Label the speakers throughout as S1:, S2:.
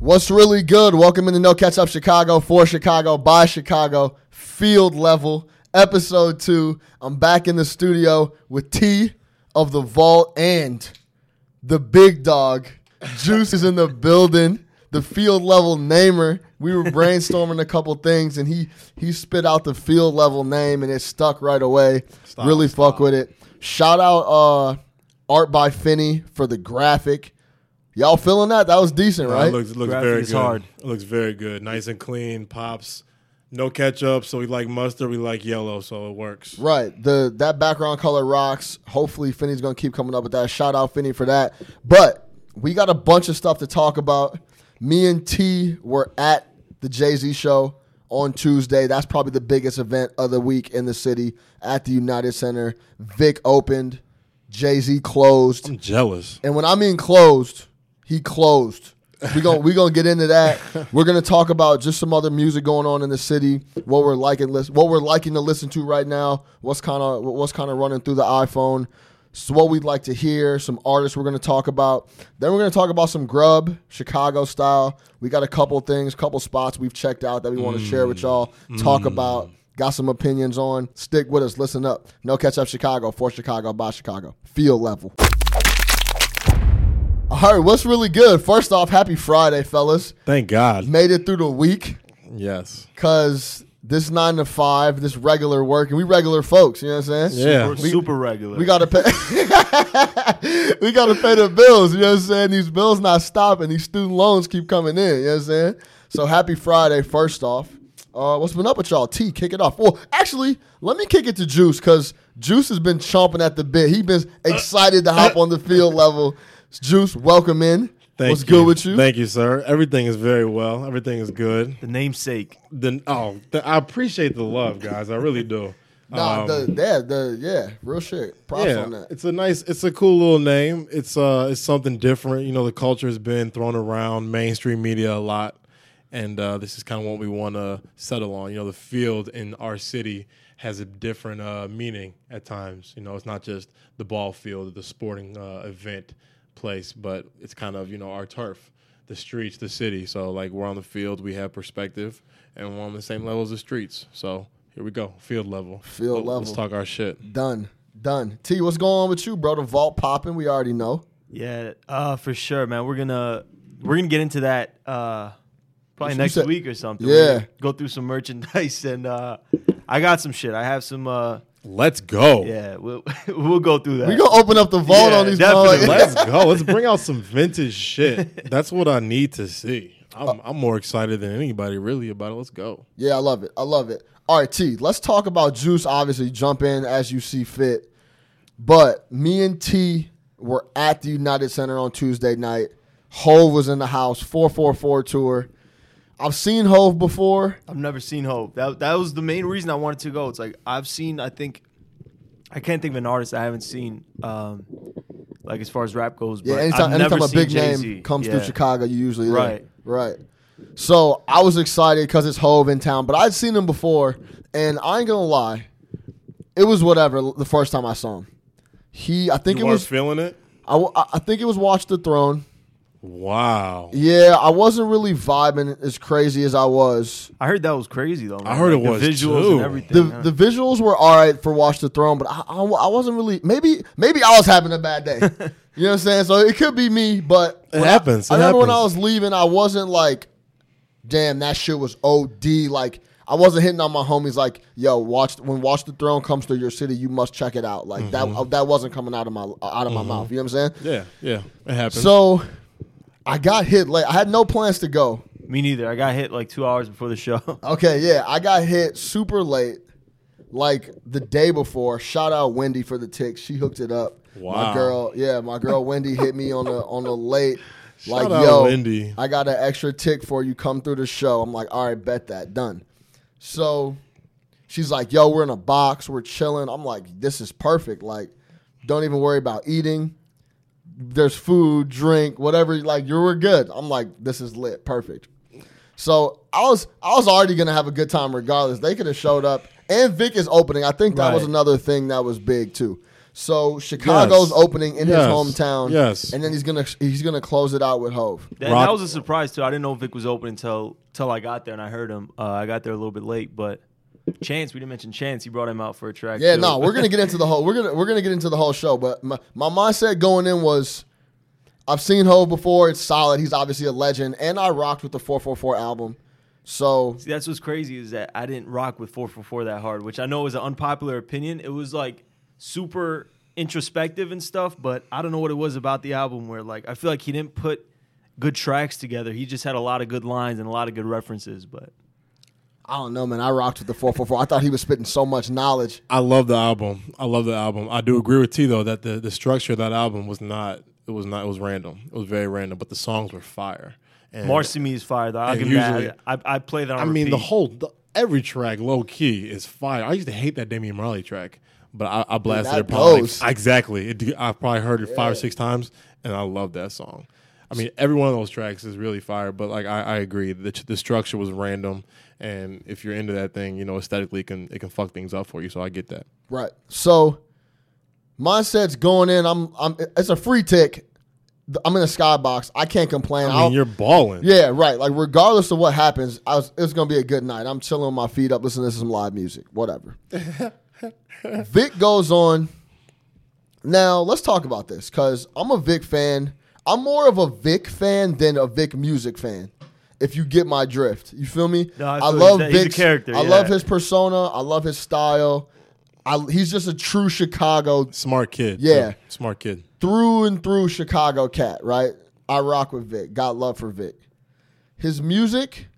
S1: What's really good? Welcome into No Catch Up Chicago for Chicago by Chicago Field Level Episode Two. I'm back in the studio with T of the Vault and the Big Dog. Juice is in the building. The field level namer. We were brainstorming a couple things, and he he spit out the field level name, and it stuck right away.
S2: Stop,
S1: really fuck
S2: stop.
S1: with it. Shout out uh, Art by Finney for the graphic. Y'all feeling that? That was decent,
S2: Uh,
S1: right?
S2: It looks, it looks
S3: Graphic
S2: very
S3: is
S2: good.
S3: hard.
S2: It looks very good. Nice and clean. Pops. No ketchup. So we like mustard. We like yellow. So it works.
S1: Right. The that background color rocks. Hopefully Finney's gonna keep coming up with that. Shout out Finney for that. But we got a bunch of stuff to talk about. Me and T were at the Jay Z show on Tuesday. That's probably the biggest event of the week in the city at the United Center. Vic opened, Jay Z closed.
S2: I'm jealous.
S1: And when I mean closed, he closed. We going we gonna get into that. We're gonna talk about just some other music going on in the city, what we're liking, lis- what we're liking to listen to right now, what's kind of what's kind of running through the iPhone, so what we'd like to hear, some artists we're gonna talk about. Then we're gonna talk about some Grub Chicago style. We got a couple things, couple spots we've checked out that we want to share with y'all. Talk about, got some opinions on. Stick with us, listen up. No catch up Chicago for Chicago by Chicago. Feel level. All right, what's really good? First off, happy Friday, fellas.
S2: Thank God.
S1: Made it through the week
S2: Yes.
S1: because this nine to five, this regular work, and we regular folks, you know what I'm saying?
S2: Yeah.
S3: We're super regular.
S1: We gotta pay. we gotta pay the bills. You know what I'm saying? These bills not stopping. These student loans keep coming in. You know what I'm saying? So happy Friday, first off. Uh, what's been up with y'all? T, kick it off. Well, actually, let me kick it to Juice because Juice has been chomping at the bit. He been
S3: Uh,
S1: excited to hop on the field level. Juice, welcome in.
S2: Thank
S1: what's
S2: you.
S1: good with you?
S2: Thank you, sir. Everything is very well. Everything is good.
S3: the namesake.
S2: Then oh, th- I appreciate the love, guys. I really do.
S1: Nah,
S2: Um,
S1: the, yeah, the yeah, real shit. Props
S2: yeah,
S1: on that.
S2: it's a nice, it's a cool little name. It's uh, it's something different. You know, the culture has been thrown around mainstream media a lot, and uh, this is kind of what we want to settle on. You know, the field in our city has a different uh, meaning at times. You know, it's not just the ball field, the sporting uh, event place, but it's kind of you know our turf, the streets, the city. So like we're on the field, we have perspective, and we're on the same level as the streets. So. Here we go, field level.
S1: Field
S2: Let- Let's
S1: level.
S2: talk our shit.
S1: Done, done. T, what's going on with you, bro? The vault popping. We already know.
S3: Yeah, uh, for sure, man. We're gonna we're gonna get into that uh, probably
S1: You
S3: next
S1: said-
S3: week or something.
S1: Yeah.
S3: We're gonna go through some merchandise and uh, I got some shit. I have some. Uh,
S2: Let's go.
S3: yeah, we'll we'll go through that.
S1: We gonna open up the vault
S3: Yeah,
S1: on these
S3: definitely.
S1: motherfuckers.
S2: Let's go. Let's bring out some vintage shit. That's what I need to see. I'm, I'm more excited than anybody really about it. Let's go.
S1: Yeah, I love it. I love it. All right, T, let's talk about Juice. Obviously, jump in as you see fit. But me and T were at the United Center on Tuesday night. Hove was in the house, 444 tour. I've seen Hove before.
S3: I've never seen Hope. That that was the main reason I wanted to go. It's like I've seen. I think I can't think of an artist I haven't seen. Um, like as far as rap goes, but
S1: Yeah, anytime,
S3: I've never
S1: anytime a
S3: seen
S1: big
S3: Jay-Z.
S1: name comes
S3: Yeah.
S1: through Chicago, you usually there.
S3: Right.
S1: right. So I was excited because it's Hove in town, but I'd seen him before, and I ain't gonna lie, it was whatever the first time I saw him. He, I think
S2: You
S1: it
S2: are
S1: was,
S2: feeling it?
S1: I, w- I- I think it was Watch the Throne.
S2: Wow.
S1: Yeah, I wasn't really vibing as crazy as I was.
S3: I heard that was crazy though. Man.
S2: I heard it
S3: Like, the
S2: was,
S3: visuals
S2: too.
S3: and
S1: The
S3: everything. yeah.
S1: the visuals were all right for Watch the Throne, but I, I, I wasn't really maybe maybe I was having a bad day. you know what I'm saying? So it could be me, but
S2: It
S1: when I-
S2: happens.
S1: I,
S2: It
S1: remember when I was
S2: happens.
S1: leaving, I wasn't like, damn, that shit was OD. Like I wasn't hitting on my homies like, yo, watch when Watch the Throne comes to your city, you must check it out. Like
S2: Mm-hmm.
S1: that that wasn't coming out of my out of my mouth. You know what I'm saying?
S2: Yeah, yeah. It happened.
S1: So I got hit late. I had no plans to go.
S3: Me neither. I got hit like two hours before the show.
S1: Okay, yeah, I got hit super late, like the day before. Shout out Wendy for the tick. She hooked it up. My
S2: Wow.
S1: girl, yeah, my girl Wendy hit me on the on the late. Like
S2: Shout out
S1: yo,
S2: Wendy.
S1: I got an extra tick for you. Come through the show. I'm like, all right, bet that done. So she's like, yo, we're in a box. We're chilling. I'm like, this is perfect. Like, don't even worry about eating. There's food, drink, whatever. Like, you were good. I'm like, this is lit. Perfect. So I was I was already gonna have a good time regardless. They could have showed up, and Vic is opening. I think that was
S3: Right.
S1: another thing that was big too. So Chicago's
S2: Yes.
S1: opening in his
S2: Yes.
S1: hometown.
S2: Yes.
S1: and then he's gonna he's gonna close it out with Hove.
S3: That,
S2: Rock-
S3: that was a surprise too. I didn't know Vic was open until until I got there and I heard him. Uh, I got there a little bit late, but Chance, we didn't mention Chance. He brought him out for a track.
S1: Yeah,
S3: too.
S1: no, we're gonna get into the whole we're gonna we're gonna get into the whole show. But my, my mindset going in was I've seen Hove before, it's solid, he's obviously a legend, and I rocked with the four four four album. So
S3: See, that's what's crazy is that I didn't rock with 444 that hard, which I know is an unpopular opinion. It was like super introspective and stuff, but I don't know what it was about the album where like I feel like he didn't put good tracks together. He just had a lot of good lines and a lot of good references, but
S1: I don't know, man. I rocked with the four four four. I thought he was spitting so much knowledge.
S2: I love the album. I love the album. I do agree with T though that the, the structure of that album was not it was not it was random. It was very random, but the songs were fire. And
S3: Marcy Me is fire though. I'll
S2: and
S3: give
S2: usually-
S3: you that. I, I play that on
S2: I mean the
S3: repeat.
S2: whole the, every track low key is fire. I used to hate that Damian Marley track, but I, I blasted
S1: that
S2: it probably
S1: goes.
S2: exactly. It, I probably heard it five or six times, and I love that song. I mean, every one of those tracks is really fire. But like, I, I agree. The, the structure was random, and if you're into that thing, you know, aesthetically, it can it can fuck things up for you. So I get that.
S1: Right. So mindset's going in. I'm I'm it's a free tick. I'm in a skybox. I can't complain.
S2: I mean,
S1: I'll-
S2: you're balling.
S1: Yeah, right. Like regardless of what happens, I was, it's gonna be a good night. I'm chilling with my feet up, listening to some live music, whatever. Vic goes on. Now let's talk about this because I'm a Vic fan. I'm more of a Vic fan than a Vic music fan. If you get my drift, you feel me?
S3: No, I
S1: I
S3: feel
S1: love
S3: he's a- he's a
S1: Vic's-
S3: character,
S1: I love
S3: yeah.
S1: his persona. I love his style. I, he's just a true Chicago
S2: Smart kid.
S1: Yeah.
S2: too. Smart kid.
S1: through and through Chicago cat, right? I rock with Vic. Got love for Vic. His music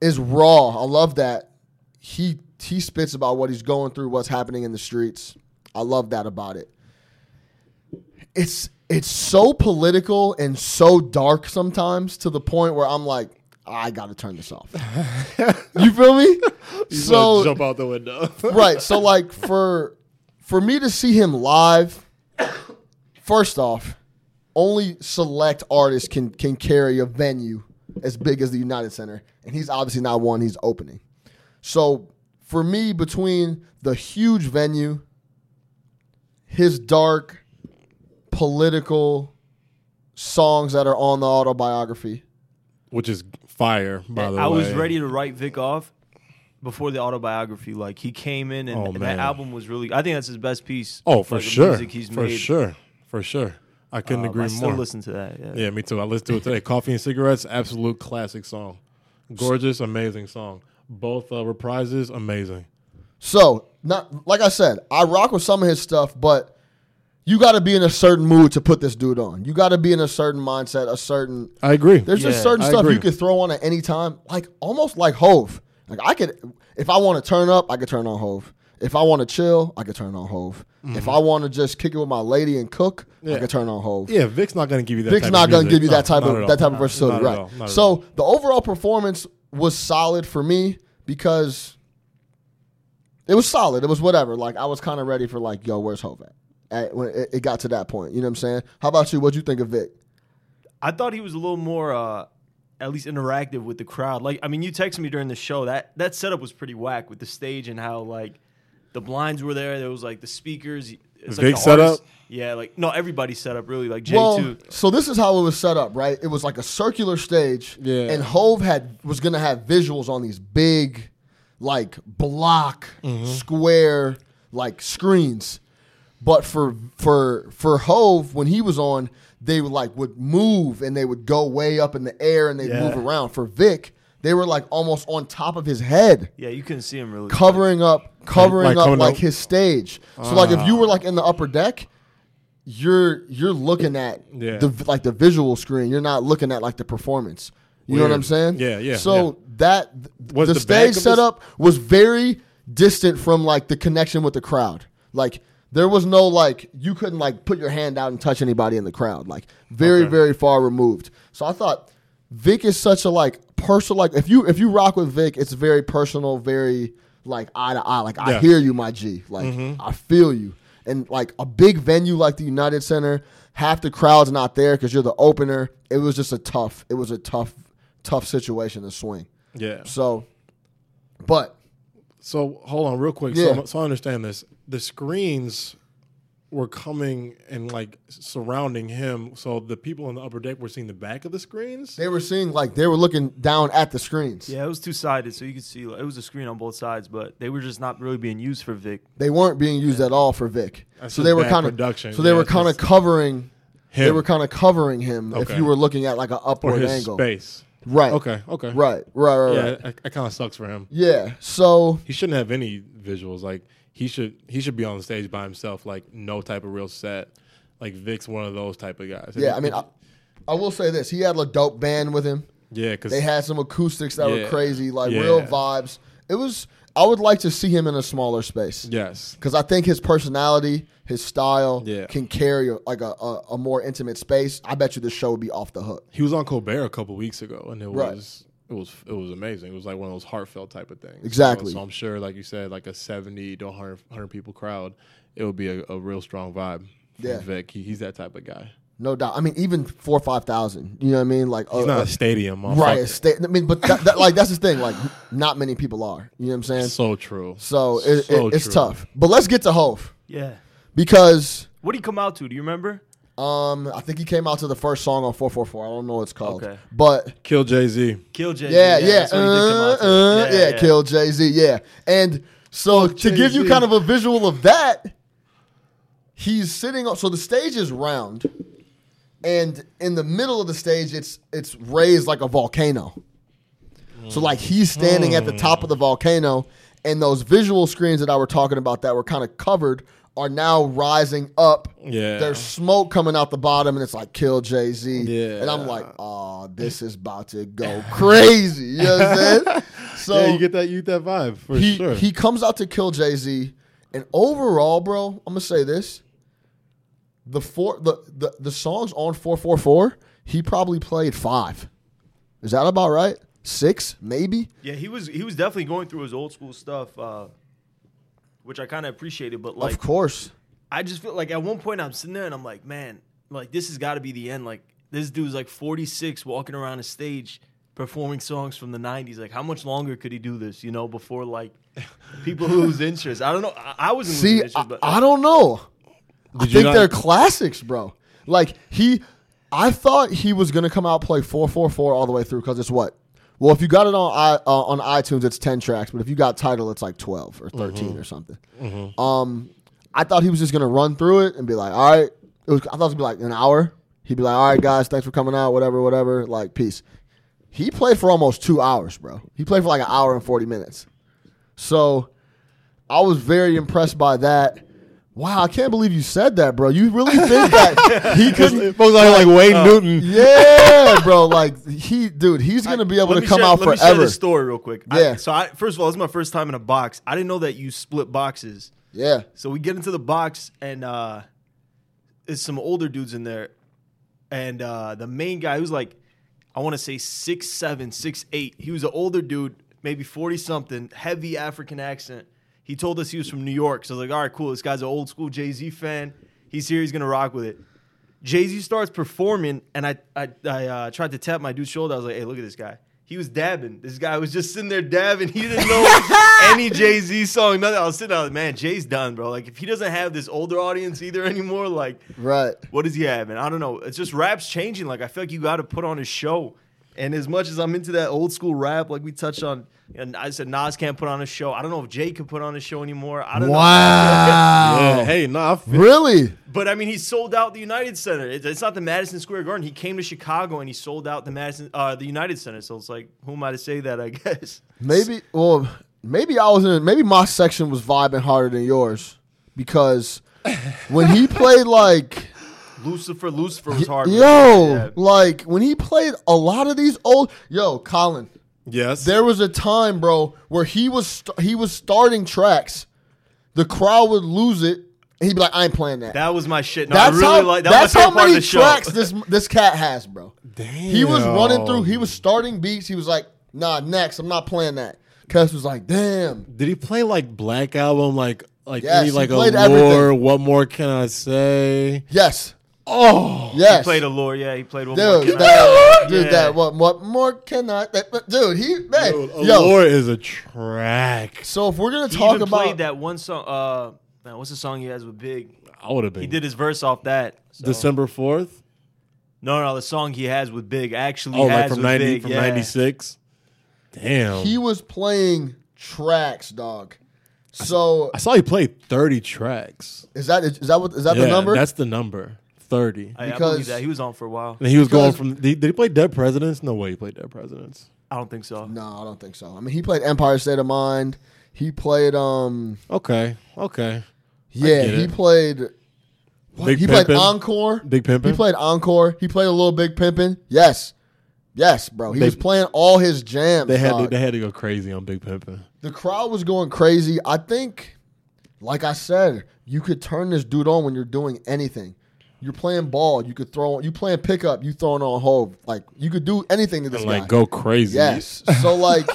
S1: is raw. I love that. He he spits about what he's going through, what's happening in the streets. I love that about it. It's it's so political and so dark sometimes to the point where I'm like, I gotta turn this off. you feel me?
S2: He's
S1: so
S2: gonna jump out the window.
S1: right. So like for for me to see him live, first off, only select artists can can carry a venue as big as the United Center, and he's obviously not one. He's opening. So for me, between the huge venue, his dark political songs that are on the autobiography.
S2: Which is fire, by the
S3: I
S2: way.
S3: was ready to write Vic off before the autobiography. Like he came in and,
S2: Oh,
S3: and
S2: man.
S3: that album was really. I think that's his best piece.
S2: Oh, for
S3: like, of
S2: sure.
S3: Music he's
S2: for
S3: made.
S2: sure. For sure. I couldn't
S3: Um,
S2: agree
S3: I still
S2: more.
S3: listen to that. Yeah.
S2: Yeah, me too. I listened to it today. Coffee and Cigarettes, absolute classic song. Gorgeous, amazing song. Both uh, reprises, amazing.
S1: So, not like I said, I rock with some of his stuff, but you got to be in a certain mood to put this dude on. You got to be in a certain mindset, a certain.
S2: I agree.
S1: There's just
S3: Yeah,
S1: certain
S2: I
S1: stuff
S2: agree.
S1: you could throw on at any time, like almost like Hove. Like I could, if I want to turn up, I could turn on Hove. If I want to chill, I could turn on Hove. If I want to just kick it with my lady and cook, I
S2: Mm-hmm. Yeah.
S1: could turn on Hove.
S2: yeah, Vic's not going to give you that.
S1: Vic's
S2: type
S1: not
S2: of
S1: going to
S2: music.
S1: give you
S2: No,
S1: that type
S2: not at
S1: of
S2: all.
S1: that type of
S2: Not
S1: versatility,
S2: at
S1: right?
S2: all. Not at all.
S1: so the overall performance was solid for me because it was solid. It was whatever. Like I was kind of ready for like, yo, where's Hove at? At- when it, it got to that point, you know what I'm saying? How about you? What'd you think of Vic?
S3: I thought he was a little more, uh, at least interactive with the crowd. Like, I mean, you texted me during the show that that setup was pretty whack with the stage and how like the blinds were there. There was like the speakers. It's, like,
S2: Big
S3: the
S2: setup?
S3: artists- Yeah, like no, everybody's setup really like J two.
S1: Well, so this is how it was set up, right? It was like a circular stage,
S2: Yeah.
S1: and Hove had was gonna have visuals on these big, like block
S3: Mm-hmm.
S1: square like screens, but for for for Hove when he was on, they would like would move and they would go way up in the air and they would
S3: Yeah.
S1: move around. For Vic, they were like almost on top of his head
S3: yeah, you couldn't see him really.
S1: covering up covering
S2: Like
S1: up
S2: coming
S1: like
S2: up-
S1: his stage. So like if you were like in the upper deck, you're you're looking at
S2: Yeah.
S1: the like the visual screen. You're not looking at like the performance. You know what I'm
S2: Weird.
S1: saying?
S2: Yeah, yeah,
S1: So
S2: yeah.
S1: that
S2: Was
S1: the,
S2: the back
S1: stage
S2: of the-
S1: setup was very distant from like the connection with the crowd. Like there was no like you couldn't like put your hand out and touch anybody in the crowd. Like very very far removed. So I thought Vic is such a like personal like if you if you rock with Vic, it's very personal, very like eye to eye. Like I
S2: Yeah.
S1: hear you, my G. Like I feel you. And like a big venue like the United Center, half the crowd's not there because you're the opener. It was just a tough. It was a tough, tough situation to swing.
S2: yeah.
S1: So, but
S2: So hold on, real quick.
S1: Yeah.
S2: So, I'm- so I understand this. the screens were coming and like surrounding him. So the people on the upper deck were seeing the back of the screens.
S1: They were seeing like they were looking down at the screens.
S3: Yeah, it was two sided, so you could see like, it was a screen on both sides, but they were just not really being used for Vic.
S1: They weren't being used at all for Vic.
S2: That's
S1: So
S2: just
S1: they were
S2: bad
S1: kind of
S2: production.
S1: so they
S2: Yeah,
S1: were
S2: it's
S1: kind of
S2: just
S1: covering. They
S2: him.
S1: were kind of covering him if
S2: Okay.
S1: you were looking at like an
S2: or
S1: upward
S2: his
S1: angle.
S2: space.
S1: Right.
S2: Okay. Okay.
S1: Right. Right. Right.
S2: Yeah,
S1: Right.
S2: it, it kind of sucks for him.
S1: Yeah. So
S2: He shouldn't have any visuals. Like he should he should be on the stage by himself. Like no type of real set. Like Vic's one of those type of guys.
S1: yeah, I mean, I, I will say this: he had a dope band with him.
S2: yeah, because
S1: They had some acoustics that were
S2: Yeah.
S1: crazy, like
S2: Yeah.
S1: real vibes. It was. I would like to see him in a smaller space
S2: yes,
S1: because I think his personality, his style,
S2: Yeah.
S1: can carry like a, a, a more intimate space. I bet you the show would be off the hook.
S2: he was on Colbert a couple weeks ago, and it
S1: Right.
S2: was it was it was amazing. It was like one of those heartfelt type of things.
S1: Exactly.
S2: So, so I'm sure, like you said, like a 70 to 100, 100 people crowd, it would be a, a real strong vibe. from
S1: Yeah.
S2: Vic, he, he's that type of guy.
S1: No doubt. I mean, even four or five thousand. You know what I mean? Like
S2: He's
S1: uh,
S2: not
S1: uh,
S2: a stadium,
S1: right.
S2: motherfucker.
S1: estate- I mean, but that, that, like that's the thing. Like, not many people are. You know what I'm saying? So,
S2: So true.
S1: it,
S2: So
S1: it, it's
S2: true.
S1: tough. But let's get to Hove
S3: Yeah.
S1: because
S3: What did he come out to? Do you remember?
S1: um, I think he came out to the first song on 444. I don't know what it's called,
S3: Okay.
S1: but
S2: Kill Jay Z.
S3: Kill Jay.
S1: yeah, yeah,
S3: that's what he did come out to.
S1: uh, uh, yeah, kill Jay Z, yeah. And so to give you
S2: Jay-Z.
S1: kind of a visual of that, he's sitting on. So the stage is round, and in the middle of the stage, it's it's raised like a volcano. So like he's standing at the top of the volcano, and those visual screens that I were talking about that were kind of covered are now rising up.
S2: Yeah.
S1: There's smoke coming out the bottom, and it's like kill Jay Z.
S2: Yeah.
S1: And I'm like,
S2: Uh,
S1: oh, this is about to go crazy. You know what I'm saying? So
S2: yeah, you get that you get that vibe for
S1: he
S2: sure.
S1: he comes out to kill Jay Z, and overall, bro, I'm gonna say this: the four the the, the songs on four four four, he probably played five. Is that about right? Six, maybe.
S3: Yeah, he was he was definitely going through his old school stuff, uh, which I kind of appreciated. But like,
S1: of course,
S3: I just feel like at one point I'm sitting there and I'm like, man, like this has got to be the end. Like this dude's like 46, walking around a stage performing songs from the 90s. Like how much longer could he do this? You know, before like people lose interest. I don't know. I, I wasn't
S1: See,
S3: losing interest,
S1: I,
S3: but
S1: I don't know. I
S2: Did you
S1: think
S2: not-
S1: they're classics, bro. Like he, I thought he was gonna come out play four four four all the way through because it's what. Well, if you got it on i uh, on iTunes, it's ten tracks, but if you got title, it's like twelve or 13
S2: Mm-hmm.
S1: or something. Um, I thought he was just gonna run through it and be like, all right. It was, I thought it'd be like an hour. He'd be like, all right, guys, thanks for coming out, whatever, whatever. Like, peace. He played for almost two hours, bro. He played for like an hour and forty minutes. So I was very impressed by that. Wow, I can't believe you said that, bro. You really think that he could?
S2: Folks out here like Wayne Newton.
S1: Yeah, bro. Like he, dude, he's gonna be able
S3: Let
S1: to
S3: me
S1: come
S3: share-
S1: out
S3: let me share
S1: forever.
S3: this story real quick. I-
S1: Yeah.
S3: so I, first of all, this is my first time in a box. I didn't know that you split boxes.
S1: Yeah,
S3: So we get into the box and uh there's some older dudes in there. And uh the main guy who's like I want to say six seven, six eight. He was an older dude, maybe forty something, heavy African accent. He told us he was from New York. So I was like, all right, cool. This guy's an old school Jay Z fan. He's here. He's gonna rock with it. Jay Z starts performing, and I I, I uh, tried to tap my dude's shoulder. I was like, "Hey, look at this guy. He was dabbing. This guy was just sitting there dabbing. He didn't know any Jay Z song. Nothing. I was sitting there, like, man, Jay's done, bro. Like, if he doesn't have this older audience either anymore, like,
S1: right.
S3: what does he have? And I don't know. It's just rap's changing. Like, I feel like you got to put on a show. And as much as I'm into that old school rap, like we touched on, and I said Nas can't put on a show. I don't know if Jay can put on a show anymore. I don't know.
S2: Yeah,
S1: Wow.
S2: hey, nah, I feel-
S1: Really?
S3: But I mean, he sold out the United Center. It's, it's not the Madison Square Garden. He came to Chicago and he sold out the Madison, uh, the United Center. So it's like, who am I to say that? I guess.
S1: Maybe. Well, maybe I was in. Maybe my section was vibing harder than yours because when he played like.
S3: Lucifer, Lucifer was hard.
S1: Yo,
S3: Yeah.
S1: like when he played a lot of these old yo, Colin,
S2: yes.
S1: There was a time, bro, where he was st- he was starting tracks. The crowd would lose it. And he'd be like, "I ain't playing that."
S3: that was my shit. No,
S1: that's
S3: I really
S1: how
S3: like that.
S1: that's
S3: was my
S1: how
S3: favorite part of
S1: many
S3: the show.
S1: tracks this this cat has, bro.
S2: Damn.
S1: He was running through. He was starting beats. He was like, "Nah, next, I'm not playing that." Cuss was like, "Damn."
S2: Did he play like Black Album, like like
S1: Yes,
S2: any
S1: he
S2: like a
S1: played
S2: lore?
S1: everything.
S2: What more can I say?
S1: Yes.
S2: Oh,
S1: Yes.
S3: Played a lore. Yeah, he played one. more
S1: dude.
S3: Can I-
S1: That, dude,
S3: Yeah.
S1: that what what more can I? That, but dude, he man,
S2: Dude,
S1: yo.
S2: Allure is a track.
S1: So if we're gonna
S3: He
S1: talk
S3: even
S1: about
S3: played that one song. Uh, Man, what's the song he has with Big?
S2: I would have been.
S3: He did his verse off that. so-
S2: December fourth.
S3: No, no, the song he has with Big actually
S2: Oh, like
S3: has
S2: from
S3: with
S2: ninety
S3: Big.
S2: from
S3: yeah.
S2: ninety six. Damn.
S1: He was playing tracks, dog. So
S2: I saw he played thirty tracks.
S1: is that is that what is that the number?
S2: That's the number. Thirty.
S3: I, I
S1: Because-
S3: believe that he was on for a while.
S2: and he was going
S1: because-
S2: from. Did he, did he play Dead Presidents? No way. He played Dead Presidents.
S3: I don't think so.
S1: no, I don't think so. I mean, he played Empire State of Mind. He played um
S2: Okay. Okay.
S1: yeah,
S2: get
S1: he
S2: it.
S1: played what?
S2: Big
S1: he played
S2: Pimpin'?
S1: Encore.
S2: Big Pimpin'?
S1: He played Encore. He played a little Big Pimpin'. Yes. Yes, bro. He
S2: They-
S1: was playing all his jams.
S2: They had to,
S1: dog.
S2: they had to go crazy on Big Pimpin.
S1: the crowd was going crazy. I think, like I said, you could turn this dude on when you're doing anything. You're playing ball. You could throw. You playing pickup. You throwing on hold. Like you could do anything to this
S2: And
S1: guy.
S2: like go crazy.
S1: Yes. So like,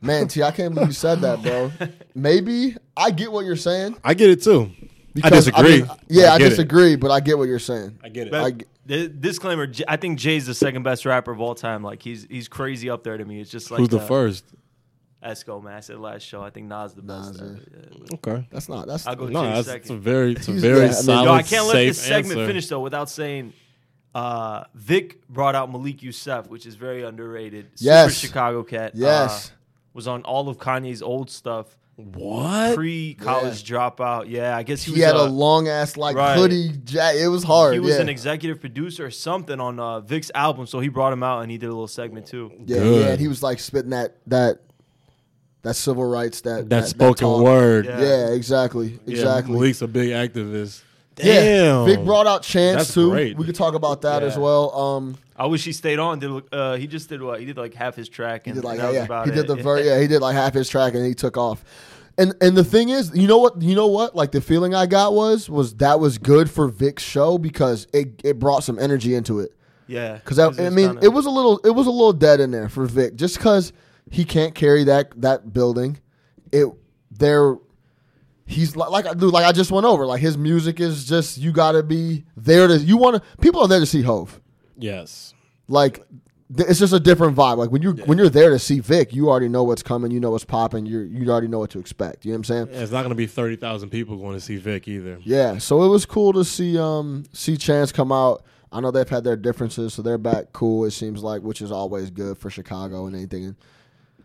S1: man, T, I can't believe you said that, bro. Maybe I get what you're saying.
S2: I get it too. I
S1: because,
S2: disagree.
S1: mean, yeah, I,
S2: get it.
S1: disagree, but I get what you're saying.
S2: I get it.
S3: But
S1: I g-
S3: th- disclaimer: J- I think Jay's the second best rapper of all time. Like he's he's crazy up there to me. It's just like
S2: Who's the
S3: uh,
S2: first?
S3: Esco man. I said last show. I think Nas the best.
S1: Nas
S3: uh,
S1: is-
S3: yeah.
S2: Okay.
S1: That's not. That's
S3: I'll go
S2: No,
S3: Jay
S2: that's,
S3: second.
S2: it's a very, it's a
S1: He's-
S2: very
S1: yeah, I mean-
S2: solid,
S1: I
S3: Yo, I can't let this
S2: safe
S3: segment
S2: answer.
S3: finish though without saying uh, Vic brought out Malik Youssef, which is very underrated.
S1: Yes.
S3: Super Chicago cat. uh,
S1: yes.
S3: was on all of Kanye's old stuff.
S2: What?
S3: Pre college dropout. Yeah, I guess he,
S1: Uh, he
S3: was
S1: had a,
S3: uh,
S1: long ass like
S3: Right.
S1: hoodie. Jack. It was hard.
S3: he was
S1: yeah.
S3: an executive producer or something on uh, Vic's album, so he brought him out and he did a little segment too.
S1: Yeah,
S2: Good.
S1: yeah, and he was like spitting that that that civil rights that
S2: that, spoken
S1: talk.
S2: word.
S3: Yeah.
S1: Yeah, exactly,
S2: Yeah,
S1: exactly.
S2: Malik's a big activist.
S1: Yeah,
S2: Damn.
S1: Vic brought out Chance
S2: That's
S1: too.
S2: great.
S1: We could talk about that
S3: Yeah.
S1: as well. Um,
S3: I wish he stayed on. Did uh, he just did what he did like half his track
S1: he
S3: and
S1: did like
S3: that was
S1: yeah,
S3: about
S1: he
S3: it.
S1: did the ver- yeah, he did like half his track and he took off. And and the thing is, you know what, you know what, like the feeling I got was was that was good for Vic's show because it it brought some energy into it.
S3: yeah.
S1: Because I, I
S3: it's
S1: mean,
S3: kinda-
S1: it was a little, it was a little dead in there for Vic, just because he can't carry that that building. It there, he's li- like, I dude, like I just went over. Like his music is just you got to be there to you want to. People are there to see Hove.
S2: Yes.
S1: Like th- it's just a different vibe. Like when you when you're there to see Vic, you already know what's coming. You know what's popping. You you already know what to expect. You know what I'm saying?
S2: Yeah, it's not going to be 30,000 people going to see Vic either.
S1: Yeah, so it was cool to see um see Chance come out. I know they've had their differences, so they're back cool. It seems like, which is always good for Chicago and anything.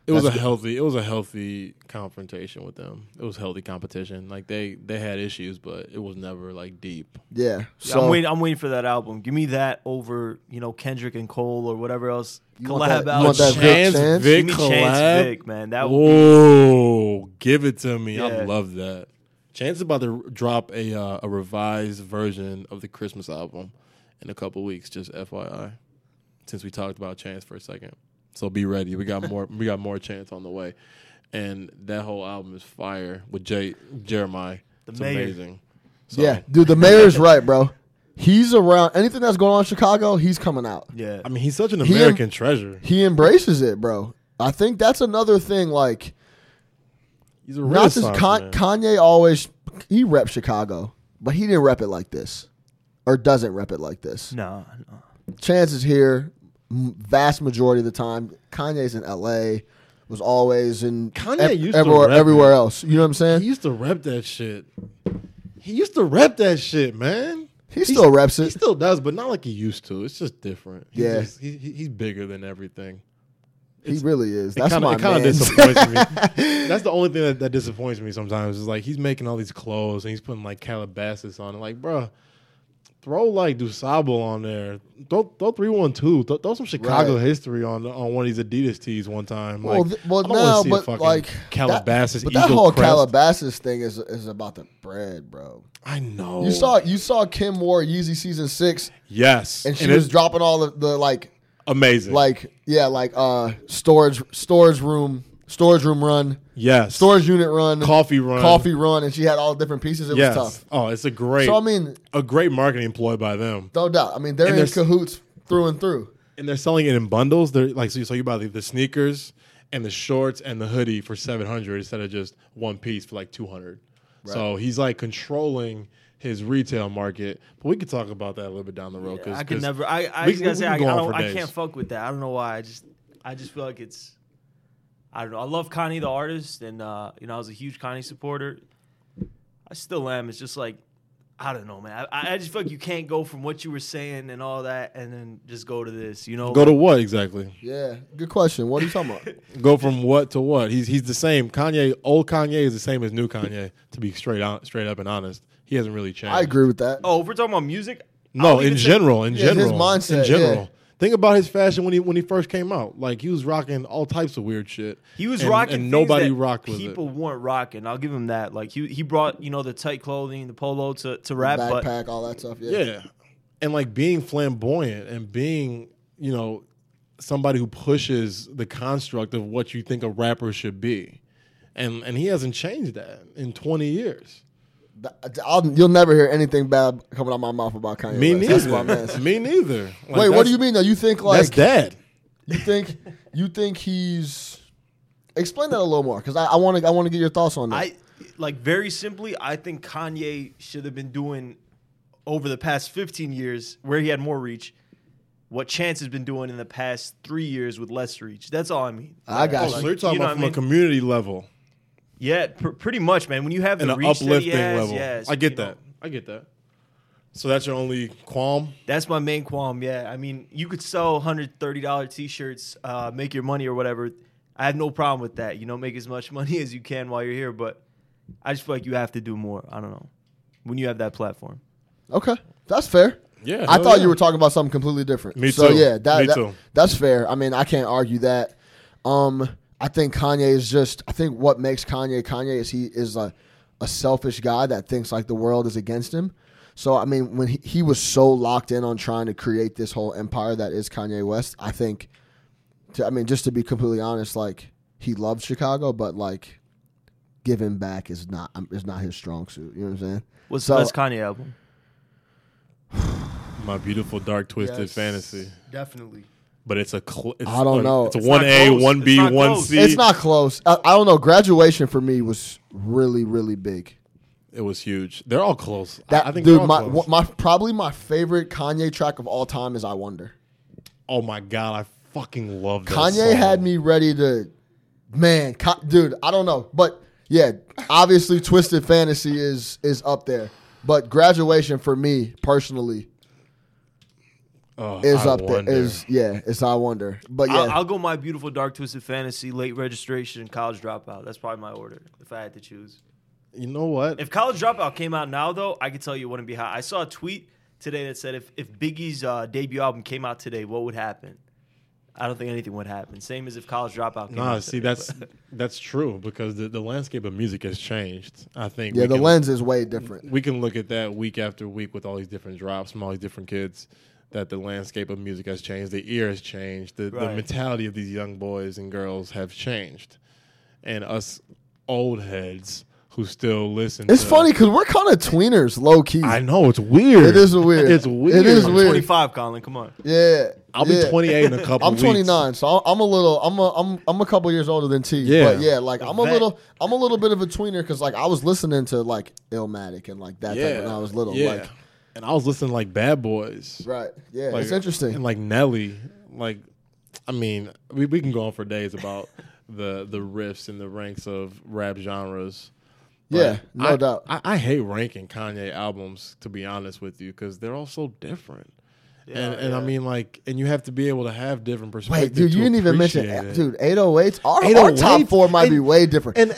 S2: It was a healthy. It was a healthy confrontation with them. It was healthy competition. Like they they had issues, but it was never like deep.
S1: Yeah,
S3: Yeah,
S1: so
S3: I'm waiting. I'm waiting for that album. Give me that over, you know, Kendrick and Cole or whatever else
S1: You want that-
S3: collab
S1: you
S3: album.
S1: want that Vic
S2: Chance,
S1: Chance?
S2: Vic
S3: Give me Chance
S2: collab?
S3: Vic, man. That would
S2: Oh, give it to me. I
S3: Yeah.
S2: love that. Chance is about to r- drop a uh, a revised version of the Christmas album in a couple weeks. Just FYI, since we talked about Chance for a second, so be ready. We got more. we got more Chance on the way, and that whole album is fire with Jay Jeremiah. It's
S3: mayor.
S2: amazing. So,
S1: yeah, dude, the mayor's right, bro. He's around anything that's going on in Chicago. He's coming out.
S3: yeah.
S2: I mean, he's such an
S1: He-
S2: American treasure.
S1: He embraces it, bro. I think that's another thing. Like,
S2: He's a
S1: not just
S2: renaissance
S1: Con-
S2: man.
S1: Kanye always he rep Chicago, but he didn't rep it like this, or doesn't rep it like this.
S3: no, no.
S1: Chance is here m- vast majority of the time. Kanye's in L.A. Was always in
S2: Kanye used to
S1: everywhere,
S2: rep it.
S1: everywhere else. You know what I'm
S2: He
S1: saying?
S2: used to rep that shit. He used to rep that shit, man.
S1: He still reps
S2: He
S1: it.
S2: still does, but not like he used to. It's just different. He's
S1: Yeah.
S2: just- he, he- he's bigger than everything.
S1: He really is.
S2: It
S1: That's
S2: kinda-
S1: my
S2: it kinda
S1: man.
S2: disappoints me. That's the only thing that, that disappoints me sometimes. Is like he's making all these clothes and he's putting like Calabasas on it. Like, bruh, throw like Dusable on there. Throw throw three one two. Throw, throw some Chicago
S1: Right.
S2: history on on one of these Adidas tees one time. Like,
S1: Well, th- well
S2: I don't wanna
S1: now,
S2: see a
S1: but
S2: fucking
S1: like
S2: Calabasas,
S1: that, but that
S2: Eagle
S1: whole
S2: crest.
S1: Calabasas thing is is about the bread, bro.
S2: I know.
S1: You saw you saw Kim wore Yeezy season six,
S2: yes,
S1: and she
S2: it's
S1: was dropping all of the like
S2: amazing.
S1: like yeah like uh storage storage room storage room run
S2: yes,
S1: storage unit run
S2: coffee run,
S1: coffee run, and she had all different pieces. It
S2: Yes.
S1: was tough.
S2: Oh, it's a great.
S1: So I mean,
S2: a great marketing employed by them,
S1: No doubt. I mean, they're
S2: And
S1: in
S2: there's-
S1: cahoots through and through.
S2: and they're selling it in bundles. They're like, so you, so you buy the, the sneakers and the shorts and the hoodie for seven hundred instead of just one piece for like two hundred. So he's like controlling his retail market. But we could talk about that a little bit down the road. because
S3: I could never. I, I
S2: we-
S3: just
S2: we
S3: gotta say,
S2: can
S3: I, I,
S2: go on
S3: don't,
S2: for
S3: I
S2: days.
S3: can't fuck with that. I don't know why. I just, I just feel like it's. I don't know. I love Kanye the artist, and uh, you know, I was a huge Kanye supporter. I still am. It's just like I don't know, man. I, I just feel like you can't go from what you were saying and all that, and then just go to this. You know,
S2: Go to what exactly?
S1: Yeah, good question. What are you talking about?
S2: Go from what to what? He's he's the same. Kanye, old Kanye is the same as new Kanye. To be straight on, straight up and honest, he hasn't really changed.
S1: I agree with that.
S3: oh, if we're talking about music, I
S2: No,
S3: would
S2: in
S3: even say-
S2: general, in
S1: Yeah, his
S2: general,
S1: mindset, yeah.
S2: in general. Think about his fashion when he when he first came out. Like he was rocking all types of weird shit.
S3: He was
S2: and,
S3: rocking,
S2: and
S3: things
S2: nobody
S3: that
S2: rocked with
S3: people weren't rocking. I'll give him that. Like he he brought you know the tight clothing, the polo to to rap, but
S1: Backpack, all that stuff.
S2: it. Yeah, and like being flamboyant and being you know somebody who pushes the construct of what you think a rapper should be, and and he hasn't changed that in twenty years.
S1: Th- I'll, you'll never hear anything bad coming out my mouth about Kanye.
S2: Me
S1: West. That's my
S2: neither.
S1: man.
S2: Me neither. Like,
S1: Wait, what
S2: that's-
S1: do you mean though? You think like
S2: That's dad.
S1: you think you think he's explain that a little more because I want to I want to get your thoughts on that.
S3: I like very simply, I think Kanye should have been doing over the past 15 years where he had more reach. What Chance has been doing in the past three years with less reach. That's all I mean.
S1: I got
S2: Oh, so
S1: you.
S2: you're talking
S3: you know
S2: about
S3: what
S2: from
S3: I
S2: a
S3: mean?
S2: community level.
S3: Yeah, pr- pretty much, man. When you have
S2: and
S3: the
S2: an
S3: reach that
S2: uplifting
S3: he has,
S2: level.
S3: yes,
S2: I
S3: you
S2: get
S3: know,
S2: that. I get that. So that's your only qualm.
S3: That's my main qualm. Yeah, I mean, you could sell hundred thirty dollar t shirts, uh, make your money or whatever. I have no problem with that. You know, make as much money as you can while you're here. But I just feel like you have to do more. I don't know when you have that platform.
S1: okay, that's fair.
S2: Yeah,
S1: I
S2: hell
S1: thought
S2: yeah.
S1: you were talking about something completely different.
S2: Me
S1: So
S2: too.
S1: yeah, that,
S2: Me
S1: that-
S2: too.
S1: that's fair. I mean, I can't argue that. Um, I think Kanye is just. I think what makes Kanye Kanye is he is a a selfish guy that thinks like the world is against him. So I mean, when he, he was so locked in on trying to create this whole empire that is Kanye West, I think to, I mean, just to be completely honest, like he loves Chicago, but like giving back is not um, is not his strong suit. You know what I'm saying?
S3: What's
S1: So-
S3: the best Kanye album?
S2: My beautiful dark twisted
S1: Yes.
S2: fantasy,
S3: Definitely.
S2: but it's a cl- it's,
S1: I don't
S2: a-
S1: know.
S2: It's a
S1: It's
S2: one A,
S3: not close.
S2: one B,
S3: It's not
S2: one
S3: close.
S2: C.
S1: It's not close. I, I don't know. Graduation for me was really really big.
S2: It was huge. They're all close.
S1: That
S2: I I think they're
S1: dude,
S2: all
S1: my
S2: close.
S1: wh- my probably my favorite Kanye track of all time is "I Wonder."
S2: oh my god, I fucking love that
S1: Kanye
S2: song.
S1: had me ready to, man, Ka- dude. I don't know, but yeah, obviously, "Twisted Fantasy" is is up there, but "Graduation" for me personally
S2: Oh,
S1: is
S2: I
S1: up
S2: wonder.
S1: there. Is yeah, it's "I Wonder." But yeah,
S3: I'll, I'll go my beautiful dark twisted fantasy, late registration, college dropout. That's probably my order if I had to choose.
S2: you know what?
S3: If College Dropout came out now, though, I could tell you it wouldn't be hot. I saw a tweet today that said if, if Biggie's uh, debut album came out today, what would happen? I don't think anything would happen. Same as if College Dropout came out.
S2: Nah, see
S3: today,
S2: that's
S3: but-
S2: that's true because the, the landscape of music has changed. I think
S1: Yeah,
S2: we
S1: the
S2: can-
S1: lens is way different.
S2: we can look at that week after week with all these different drops from all these different kids that the landscape of music has changed the ear has changed the, the
S3: Right.
S2: mentality of these young boys and girls have changed and us old heads who still listen
S1: It's
S2: to,
S1: funny because we're kind of tweeners, low key.
S2: i know it's weird
S1: It is weird.
S2: it's
S1: It
S2: weird
S1: is
S2: I'm
S1: weird.
S3: 25, Colin. Come on.
S1: yeah,
S2: i'll be
S1: yeah.
S2: 28 in a couple
S1: I'm
S2: weeks.
S1: 29, so I'm- I'm a little, I'm a, I'm, I'm a couple years older than T.
S2: Yeah.
S1: but yeah, like I'm a
S3: Vet.
S1: little, I'm a little bit of a tweener because like I was listening to like Illmatic and like that type
S2: yeah
S1: when I was little.
S2: yeah
S1: Like,
S2: and i was listening to like bad boys
S1: right? Yeah,
S2: Like,
S1: it's interesting.
S2: And like Nelly, like I mean, we, we can go on for days about the the riffs and the ranks of rap genres. But
S1: Yeah, no
S2: I-
S1: doubt.
S2: I, I hate ranking Kanye albums to be honest with you because they're all so different. and and I
S3: yeah.
S2: mean like, and you have to be able to have different perspectives.
S1: Wait, dude,
S2: to
S1: you didn't even mention,
S2: appreciate
S1: dude,
S2: it.
S1: 808s. Our, our
S2: 808s,
S1: top four might be
S2: and-
S1: way different.
S2: And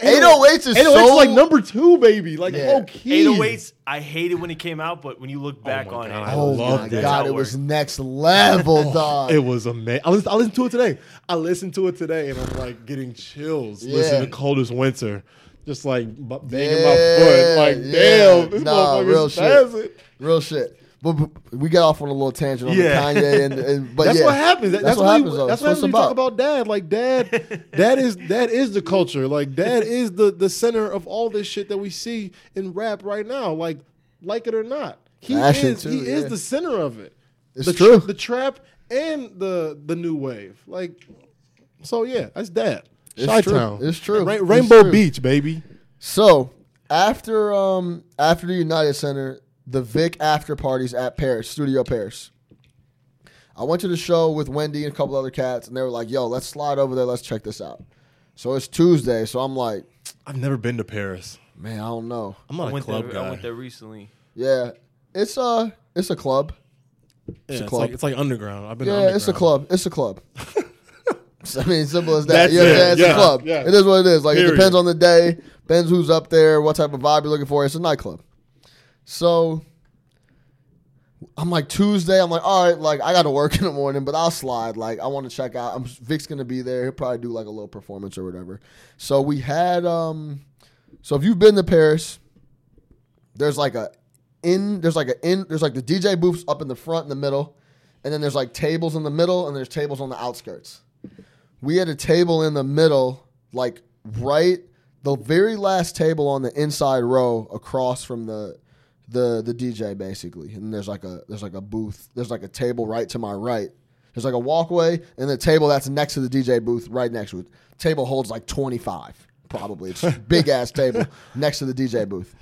S1: 808s is
S2: 808s
S1: so
S2: like number two, baby. Like
S1: Yeah.
S2: low key.
S3: 808s, I hated when it came out, but when you look back
S2: my
S3: on
S2: God, I
S3: it,
S1: Oh
S2: love
S1: my
S2: that. Oh,
S1: god, it was next level, dog.
S2: It was amazing. I listened, I listened to it today. I listened to it today, and I'm like getting chills.
S1: Yeah.
S2: Listening to Coldest Winter, just like b- banging
S1: Yeah,
S2: my foot. Like
S1: yeah.
S2: damn, this
S1: Nah, real
S2: motherfucker's
S1: shit.
S2: passing.
S1: Real shit. But, but we got off on a little tangent on
S3: Yeah.
S1: the Kanye, and, and but
S2: That's
S1: yeah,
S2: what happens. That-
S1: That's, what, happens. though.
S2: That's what
S1: That's
S2: happens
S1: what it's
S2: when you talk
S1: about.
S2: about dad. Like dad, that is that is the culture. Like dad is the the center of all this shit that we see in rap right now. Like like it or not, he
S1: Fashion
S2: is
S1: too,
S2: he
S1: yeah.
S2: is the center of it.
S1: It's
S2: the
S1: true.
S2: the trap and the the new wave. Like so, yeah, that's dad.
S1: It's
S2: Chi
S1: true.
S2: Town.
S1: It's true. It's
S2: Rainbow
S1: true.
S2: Beach, baby.
S1: So after um after the United Center, the Vic after parties at Paris Studio Paris. I went to the show with Wendy and a couple other cats, and they were like, "Yo, let's slide over there. Let's check this out." So it's Tuesday, so I'm like,
S2: I've never been to Paris.
S1: Man, I don't know.
S2: I'm not
S3: I
S2: a
S3: went
S2: club
S3: there.
S2: guy.
S3: I went there recently.
S1: Yeah, it's a it's a club.
S2: Yeah,
S1: a
S2: it's,
S1: club.
S2: like, it's like underground. I've been. to
S1: Yeah, it's a
S2: underground.
S1: club. It's a club. I mean, simple as that.
S2: That's
S1: You know what I'm
S2: it.
S1: saying? It's a
S2: Yeah,
S1: club.
S2: yeah.
S1: It is what it is. Like it
S2: Period.
S1: depends on the day, depends who's up there, what type of vibe you're looking for. It's a nightclub. So I'm like Tuesday. I'm like, all right, like I got to work in the morning, but I'll slide. Like I want to check out. I'm Vic's gonna be there. He'll probably do like a little performance or whatever. So we had. um So if you've been to Paris, there's like a in there's like a in there's like the DJ booths up in the front in the middle, and then there's like tables in the middle and there's tables on the outskirts. We had a table in the middle, like right the very last table on the inside row across from the the the DJ basically. And there's like a there's like a booth. There's like a table right to my right. There's like a walkway and the table that's next to the DJ booth right next to it. Table holds like 25 probably. It's a big ass table next to the DJ booth.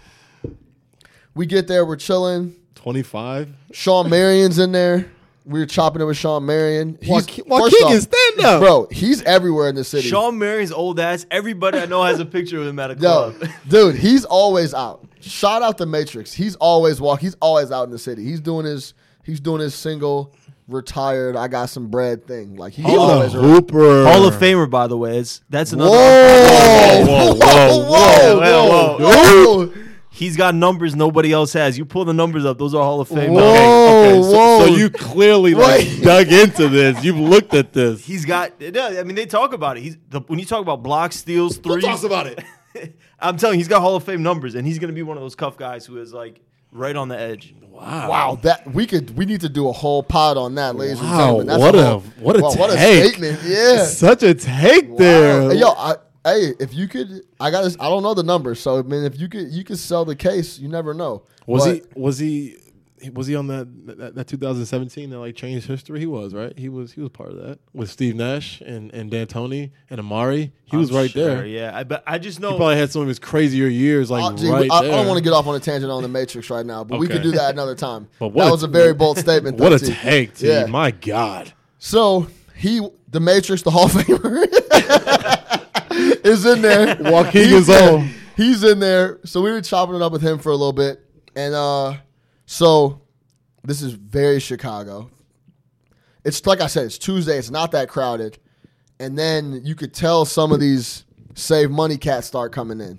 S1: We get there, we're chilling.
S2: Twenty-five.
S1: Sean Marion's in there. We were chopping it with Sean Marion.
S2: Joaqu- Joaquin, stand up.
S1: bro. He's everywhere in the city.
S3: Sean Marion's old ass. Everybody I know has a picture of him at a
S1: Yo,
S3: club.
S1: dude, he's always out. Shout out the Matrix. He's always walk. He's always out in the city. He's doing his. He's doing his single retired. I got some bread thing. Like he's
S2: He's a
S1: always. around.
S2: hooper.
S3: Hall of Famer, by the way. It's, that's
S1: Whoa!
S3: another.
S1: Whoa! Whoa! Whoa!
S3: whoa,
S1: Whoa! Whoa! Whoa!
S3: He's got numbers nobody else has. You pull the numbers up; those are Hall of Fame.
S1: Whoa.
S2: Okay,
S1: Whoa,
S2: so, so
S1: whoa.
S2: you clearly
S1: Wait.
S2: like dug into this. You've looked at this.
S3: He's got. yeah, I mean, they talk about it. He's the, when you talk about block steals, threes.
S2: about it.
S3: I'm telling you, he's got Hall of Fame numbers, and he's going to be one of those cuff guys who is like right on the edge.
S2: Wow.
S1: Wow, that we could we need to do a whole pod on that, ladies and
S2: Wow,
S1: gentlemen.
S2: what a-
S1: whole-
S2: what a
S1: wow, what a
S2: take.
S1: statement! Yeah,
S2: Such a take
S1: Wow.
S2: there.
S1: Hey, Yo, I, hey, if you could, I got. I don't know the number, so I mean, if you could, you could sell the case. You never know.
S2: Was
S1: But-
S2: he was he was he on that that, that 2017 that like changed history? He was right. He was he was part of that with Steve Nash and and D'Antoni and Amari. He was
S3: I'm
S2: right
S3: sure,
S2: there.
S3: Yeah, I, but I just know.
S2: He probably had some of his crazier years like
S1: Oh, gee,
S2: right
S1: I, I
S2: there.
S1: don't want to get off on a tangent on the Matrix right now, but we could do
S2: Okay.
S1: that another time.
S2: But what
S1: that
S2: a-
S1: was a very bold statement.
S2: what
S1: though,
S2: a
S1: T.
S2: take, T.
S1: Yeah.
S2: My God.
S1: So he, the Matrix, the Hall of Famer, is in there.
S2: Joaquin
S1: He's
S2: Guzman.
S1: in- He's in there. So we were chopping it up with him for a little bit, and uh, so this is very Chicago. It's like I said, it's Tuesday. It's not that crowded, and then you could tell some of these save money cats start coming in,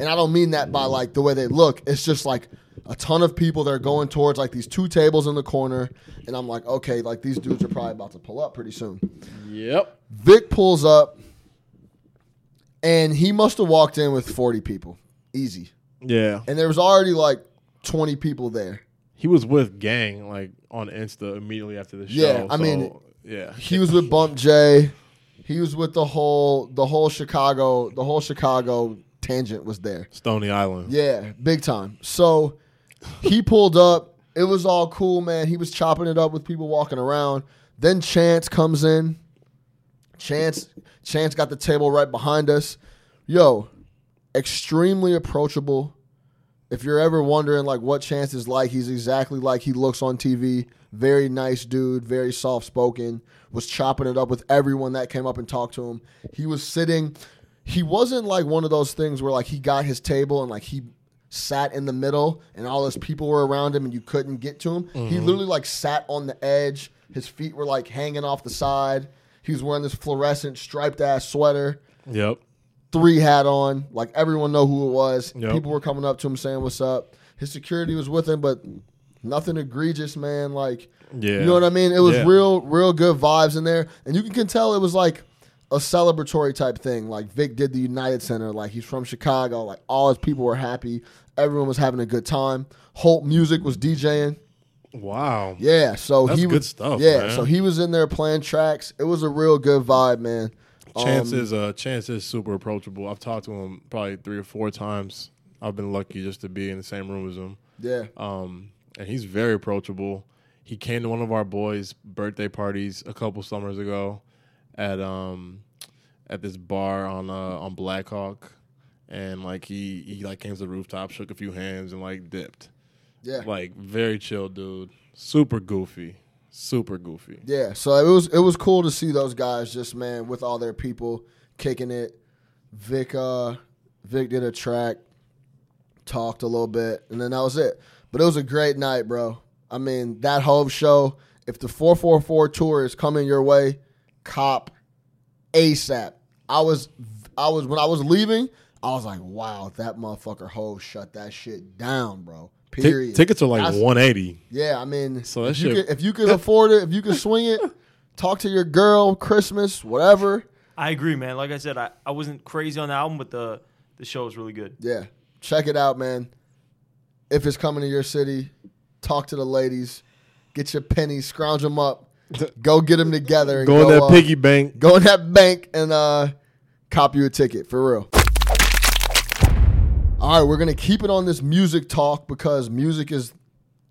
S1: and I don't mean that by like the way they look. It's just like a ton of people that are going towards like these two tables in the corner, and I'm like, okay, like these dudes are probably about to pull up pretty soon.
S2: Yep.
S1: Vic pulls up, and he must have walked in with 40 people, easy.
S2: Yeah.
S1: And there was already like 20 people there.
S2: He was with Gang like on Insta immediately after the show.
S1: Yeah, I mean,
S2: so, yeah.
S1: He was with Bump J. He was with the whole the whole Chicago the whole Chicago tangent was there.
S2: Stony Island.
S1: Yeah, big time. So he pulled up. It was all cool, man. He was chopping it up with people walking around. Then Chance comes in. Chance Chance got the table right behind us. Yo, extremely approachable. If you're ever wondering like what Chance is like, he's exactly like he looks on TV. Very nice dude, very soft spoken. Was chopping it up with everyone that came up and talked to him. He was sitting. He wasn't like one of those things where like he got his table and like he sat in the middle and all his people were around him and you couldn't get to him. He literally like sat on the edge. His feet were like hanging off the side. He was wearing this fluorescent striped ass sweater
S2: Yep.
S1: three hat on. Like everyone know who it was.
S2: Yep.
S1: People were coming up to him saying what's up. His security was with him, but nothing egregious, man. Like
S2: Yeah.
S1: you know what I mean? It was
S2: Yeah.
S1: real, real good vibes in there. And you can, can tell it was like a celebratory type thing. Like Vic did the United Center, like he's from Chicago. Like all his people were happy. Everyone was having a good time. Holt Music was DJing.
S2: Wow.
S1: Yeah, so
S2: That's
S1: he
S2: good
S1: was
S2: stuff,
S1: Yeah,
S2: man.
S1: so he was in there playing tracks. It was a real good vibe, man.
S2: Chance
S1: Um,
S2: is uh, Chance is super approachable. I've talked to him probably three or four times. I've been lucky just to be in the same room as him.
S1: yeah.
S2: Um, and he's very approachable. He came to one of our boys' birthday parties a couple summers ago at um at this bar on uh on Blackhawk, and like he he like came to the rooftop, shook a few hands, and like dipped.
S1: Yeah.
S2: Like very chill dude, super goofy, super goofy.
S1: Yeah, so it was it was cool to see those guys just man with all their people kicking it. Vic uh Vic did a track, talked a little bit, and then that was it. But it was a great night, bro. I mean, that Hove show. If the 444 tour is coming your way, cop ASAP. I was, I was when I was leaving, I was like, wow, that motherfucker Hove shut that shit down, bro.
S2: Ti-
S1: Period.
S2: tickets are like
S1: That's-
S2: 180.
S1: yeah, I mean,
S2: So that
S1: if, you
S2: shit-
S1: can, if you can afford it, if you can swing it, talk to your girl, Christmas, whatever.
S3: I agree, man. Like I said, I, I wasn't crazy on the album, but the the show was really good.
S1: Yeah, check it out, man. If it's coming to your city, talk to the ladies, get your pennies, scrounge them up, go get them together, and
S2: Go in that
S1: uh,
S2: piggy bank.
S1: go in that bank and uh, cop you a ticket for real. All right, we're gonna keep it on this music talk because music is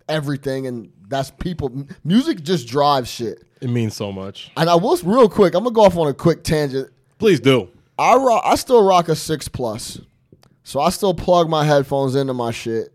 S1: everything, and that's people. m- Music just drives shit.
S2: It means so much.
S1: And I will real quick. I'm gonna go off on a quick tangent.
S2: Please do.
S1: I rock, I still rock a six plus, so I still plug my headphones into my shit.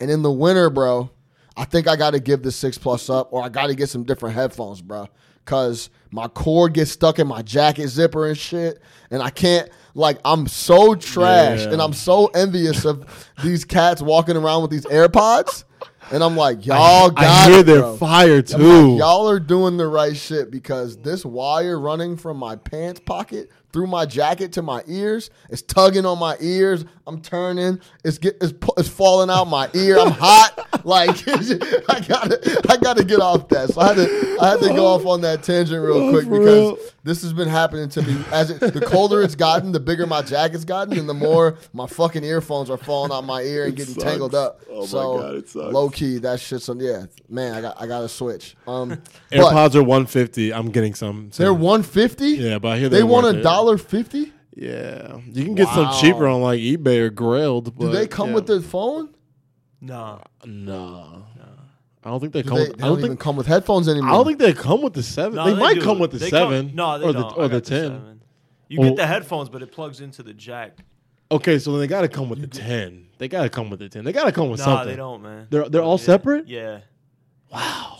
S1: And in the winter, bro, I think I got to give the six plus up, or I got to get some different headphones, bro, because my cord gets stuck in my jacket zipper and shit, and I can't. Like I'm so trash,
S2: Yeah.
S1: and I'm so envious of these cats walking around with these AirPods, and I'm like, y'all got
S2: I hear
S1: it,
S2: they're
S1: bro.
S2: fire too.
S1: Like, y'all are doing the right shit because this wire running from my pants pocket through my jacket to my ears is tugging on my ears. I'm turning. It's get, it's, pu- it's falling out my ear. I'm hot. Like I gotta I gotta get off that. So I had to I had to go off on that tangent real
S2: Oh,
S1: quick
S2: for
S1: because
S2: real.
S1: this has been happening to me. As it, the colder it's gotten, the bigger my jacket's gotten, and the more my fucking earphones are falling out my ear and
S2: It
S1: getting
S2: sucks.
S1: tangled up.
S2: Oh my
S1: so
S2: God, it sucks.
S1: low key, that shit's on. Yeah, man, I got I got to switch. Um, but
S2: AirPods are 150. I'm getting some. soon.
S1: they're one fifty.
S2: yeah, but I hear
S1: they
S2: they're
S1: want
S2: worth
S1: a
S2: it.
S1: dollar fifty.
S2: Yeah, you can get
S1: Wow.
S2: some cheaper on like eBay or Grailed. But
S1: Do they come
S2: yeah.
S1: with the phone?
S3: Nah,
S2: Nah, I don't think they
S1: Do
S2: come.
S1: they,
S2: with,
S1: they
S2: I
S1: don't
S2: don't
S1: even
S2: think.
S1: come with headphones anymore.
S2: I don't think they come with the seven.
S3: Nah,
S2: they, might
S3: do.
S2: come with the
S3: They come-
S2: seven.
S3: no, they
S2: or the
S3: don't. I
S2: or the
S3: got
S2: ten.
S3: seven. You
S2: Well-
S3: get the headphones, but it plugs into the jack.
S2: Okay, so then they got to come with the ten. They got to come with the ten. They got to come with
S3: Nah,
S2: something.
S3: they don't, man.
S2: They're they're all
S3: Yeah.
S2: separate.
S3: Yeah.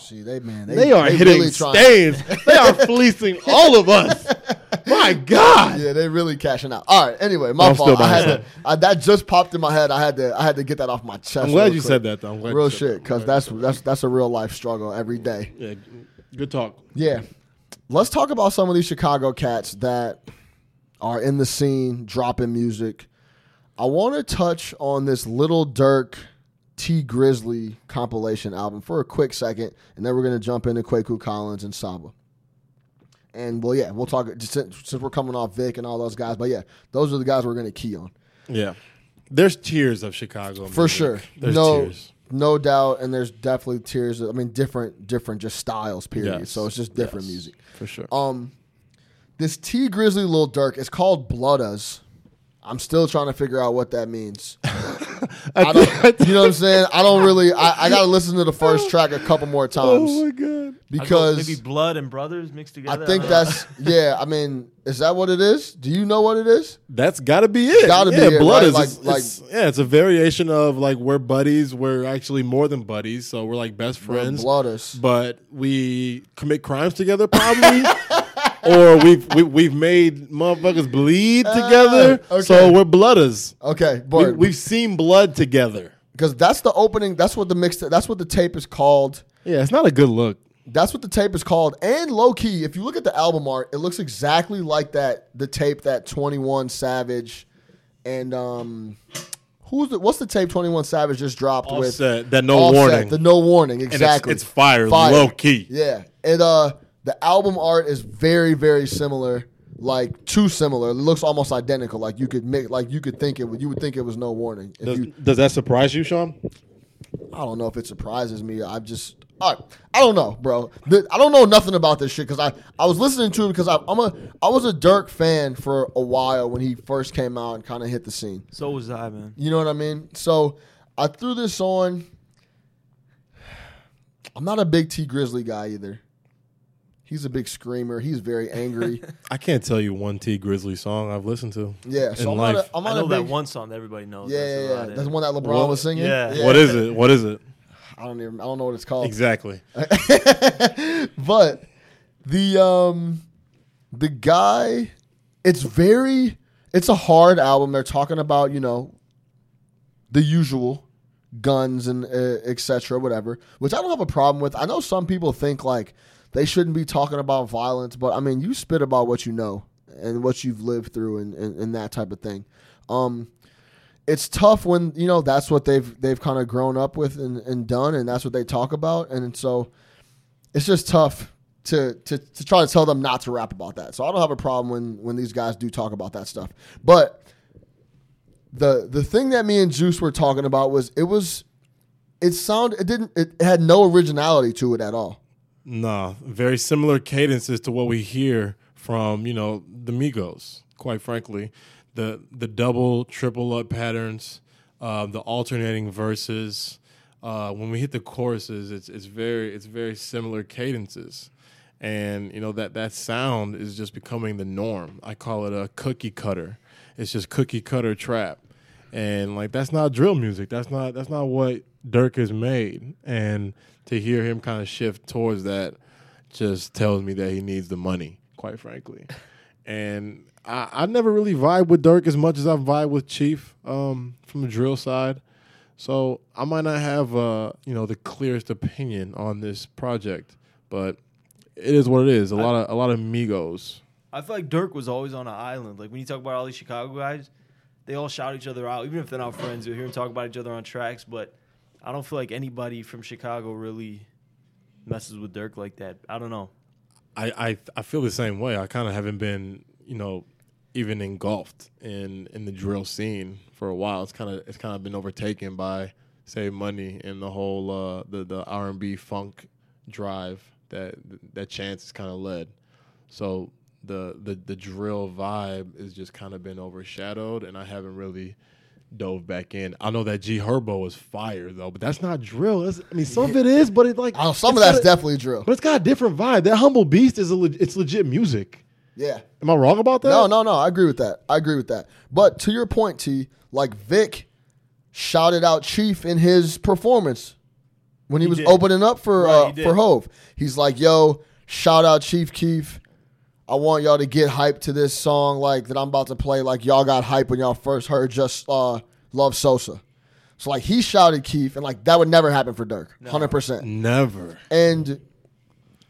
S1: See, they man, they,
S2: They, are
S1: they
S2: hitting
S1: really trying-
S2: stains. they are fleecing all of us. My God.
S1: Yeah, they really cashing out. All right. Anyway, my
S2: I'm still
S1: fault. I had
S2: buying
S1: to, I, that just popped in my head. I had to. I had to get that off my chest.
S2: I'm glad
S1: real
S2: you
S1: quick.
S2: said that though. I'm glad
S1: Real
S2: you said that.
S1: shit,
S2: I'm
S1: because
S2: glad
S1: that's that's that's a real life struggle every day.
S2: you- Yeah, good talk.
S1: Yeah. Let's talk about some of these Chicago cats that are in the scene dropping music. I want to touch on this Little Dirk T Grizzly compilation album for a quick second, and then we're going to jump into Kwaku Collins and Saba. And well, yeah, we'll talk just since, since we're coming off Vic and all those guys. But yeah, those are the guys we're going to key on
S2: Yeah, there's tiers of Chicago
S1: for
S2: music.
S1: sure.
S2: There's
S1: no,
S2: tiers.
S1: no doubt. And there's definitely tiers. I mean, different, different, just styles. Period.
S2: Yes.
S1: So it's just different
S2: Yes.
S1: music.
S2: for sure.
S1: Um, this T Grizzly Lil Durk is called Blood Us. I'm still trying to figure out what that means. I don't, you know what I'm saying? I don't really. I, I got to listen to the first track a couple more
S2: oh my
S1: times
S2: God.
S3: I go maybe
S1: because
S3: blood and brothers mixed together.
S1: I think
S3: don't know.
S1: that's yeah. I mean, is that what it is? Do you know what it is?
S2: That's got to be it.
S1: Gotta be
S2: yeah,
S1: it,
S2: blood
S1: right?
S2: is
S1: Like-
S2: it's- it's- yeah, it's a variation of like we're buddies. We're actually more than buddies, so we're like best friends.
S1: Blood Us.
S2: but we commit crimes together, probably. or we've we, we've made motherfuckers bleed together,
S1: Ah, okay.
S2: so we're blooders.
S1: Okay,
S2: We,
S1: but
S2: we've seen blood together.
S1: because that's the opening. That's what the mix. That's what the tape is called.
S2: Yeah, it's not a good look.
S1: That's what the tape is called. And low key, if you look at the album art, it looks exactly like that the tape that 21 Savage and um who's the what's the tape 21 Savage just dropped with
S2: Offset, that no
S1: Offset,
S2: warning.
S1: The no warning,
S2: and it's,
S1: exactly.
S2: it's fire,
S1: Fire.
S2: low key.
S1: Yeah. And uh the album art is very, very similar. Like too similar. It looks almost identical. Like you could make like you could think it would you would think it was no warning. If
S2: Does,
S1: you,
S2: does that surprise you, Sean?
S1: I don't know if it surprises me. I just I, I don't know, bro. The- I don't know nothing about this shit because I, I was listening to it because I, I'm a I was a Dirk fan for a while when he first came out and kind of hit the scene.
S3: So was I, man.
S1: You know what I mean? So I threw this on. I'm not a big T Grizzly guy either. He's a big screamer. He's very angry.
S2: I can't tell you one T Grizzly song I've listened to.
S1: Yeah, so
S2: in
S1: I'm
S2: life.
S1: not a, I'm
S3: I
S1: not
S3: know
S1: a
S3: that
S1: big-
S3: one song that everybody knows.
S1: Yeah,
S3: That's
S1: yeah,
S3: about
S1: yeah.
S3: it.
S1: That's the one that LeBron
S2: Well,
S1: was singing.
S3: yeah.
S2: What is it? What is it?
S1: I don't even. I don't know what it's called.
S2: Exactly.
S1: but the um the guy it's very it's a hard album. They're talking about you know the usual guns and uh, etc. Whatever, which I don't have a problem with. I know some people think like they shouldn't be talking about violence, but I mean, you spit about what you know and what you've lived through and, and, and that type of thing. Um, it's tough when you know that's what they've they've kind of grown up with and, and done, and that's what they talk about, and so it's just tough to, to to try to tell them not to rap about that. So I don't have a problem when when these guys do talk about that stuff. But the the thing that me and Juice were talking about was it was it sound it didn't it had no originality to it at all.
S2: Nah, very similar cadences to what we hear from you know the Migos. Quite frankly, the the double, triple up patterns, uh, the alternating verses. Uh, when we hit the choruses, it's it's very it's very similar cadences, and you know that that sound is just becoming the norm. I call it a cookie cutter. It's just cookie cutter trap, and like that's not drill music. That's not that's not what Dirk has made. And to hear him kind of shift towards that just tells me that he needs the money, quite frankly. And I, I never really vibe with Dirk as much as I vibe with Chief um, from the drill side. So I might not have uh, you know the clearest opinion on this project, but it is what it is. A lot of a lot of Migos.
S3: I feel like Dirk was always on an island. Like when you talk about all these Chicago guys, they all shout each other out. Even if they're not friends, you'll hear them talk about each other on tracks. But I don't feel like anybody from Chicago really messes with Dirk like that. I don't know.
S2: I I, I feel the same way. I kind of haven't been you know even engulfed in in the drill scene for a while. It's kind of it's kind of been overtaken by say money and the whole uh, the the R and B funk drive that that Chance has kind of led. So the the the drill vibe has just kind of been overshadowed, and I haven't really dove back in. I know that G Herbo is fire though, but that's not drill. That's, I mean, some of it is, but it like
S1: I don't- Uh, Oh, some of
S2: it's got
S1: that's
S2: a-
S1: definitely drill.
S2: But it's got a different vibe. That humble beast is a leg it's legit music.
S1: Yeah.
S2: Am I wrong about that?
S1: No, no, no. I agree with that. I agree with that. But to your point, T, like Vic shouted out Chief in his performance when he, was
S3: did.
S1: opening up for
S3: Right,
S1: uh,
S3: he did.
S1: for Hove. He's like, "Yo, shout out Chief Keef. I want y'all to get hyped to this song like that I'm about to play. Like y'all got hype when y'all first heard just uh, Love Sosa." So like he shouted Keef, and like that would never happen for Dirk, hundred percent.
S2: Never.
S1: And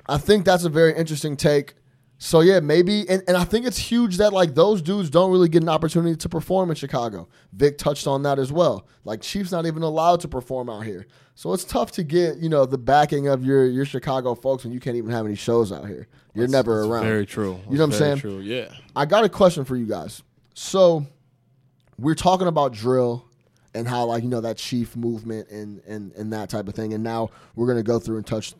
S1: I think that's a very interesting take. So yeah, maybe and, and I think it's huge that like those dudes don't really get an opportunity to perform in Chicago. Vic touched on that as well. Like Chief's not even allowed to perform out here. So it's tough to get, you know, the backing of your your Chicago folks when you can't even have any shows out here. You're never around.
S2: Very true.
S1: You know what I'm
S2: Very
S1: saying?
S2: True. Yeah.
S1: I got a question for you guys. So we're talking about drill and how like you know that chief movement and and and that type of thing. And now we're gonna go through and touch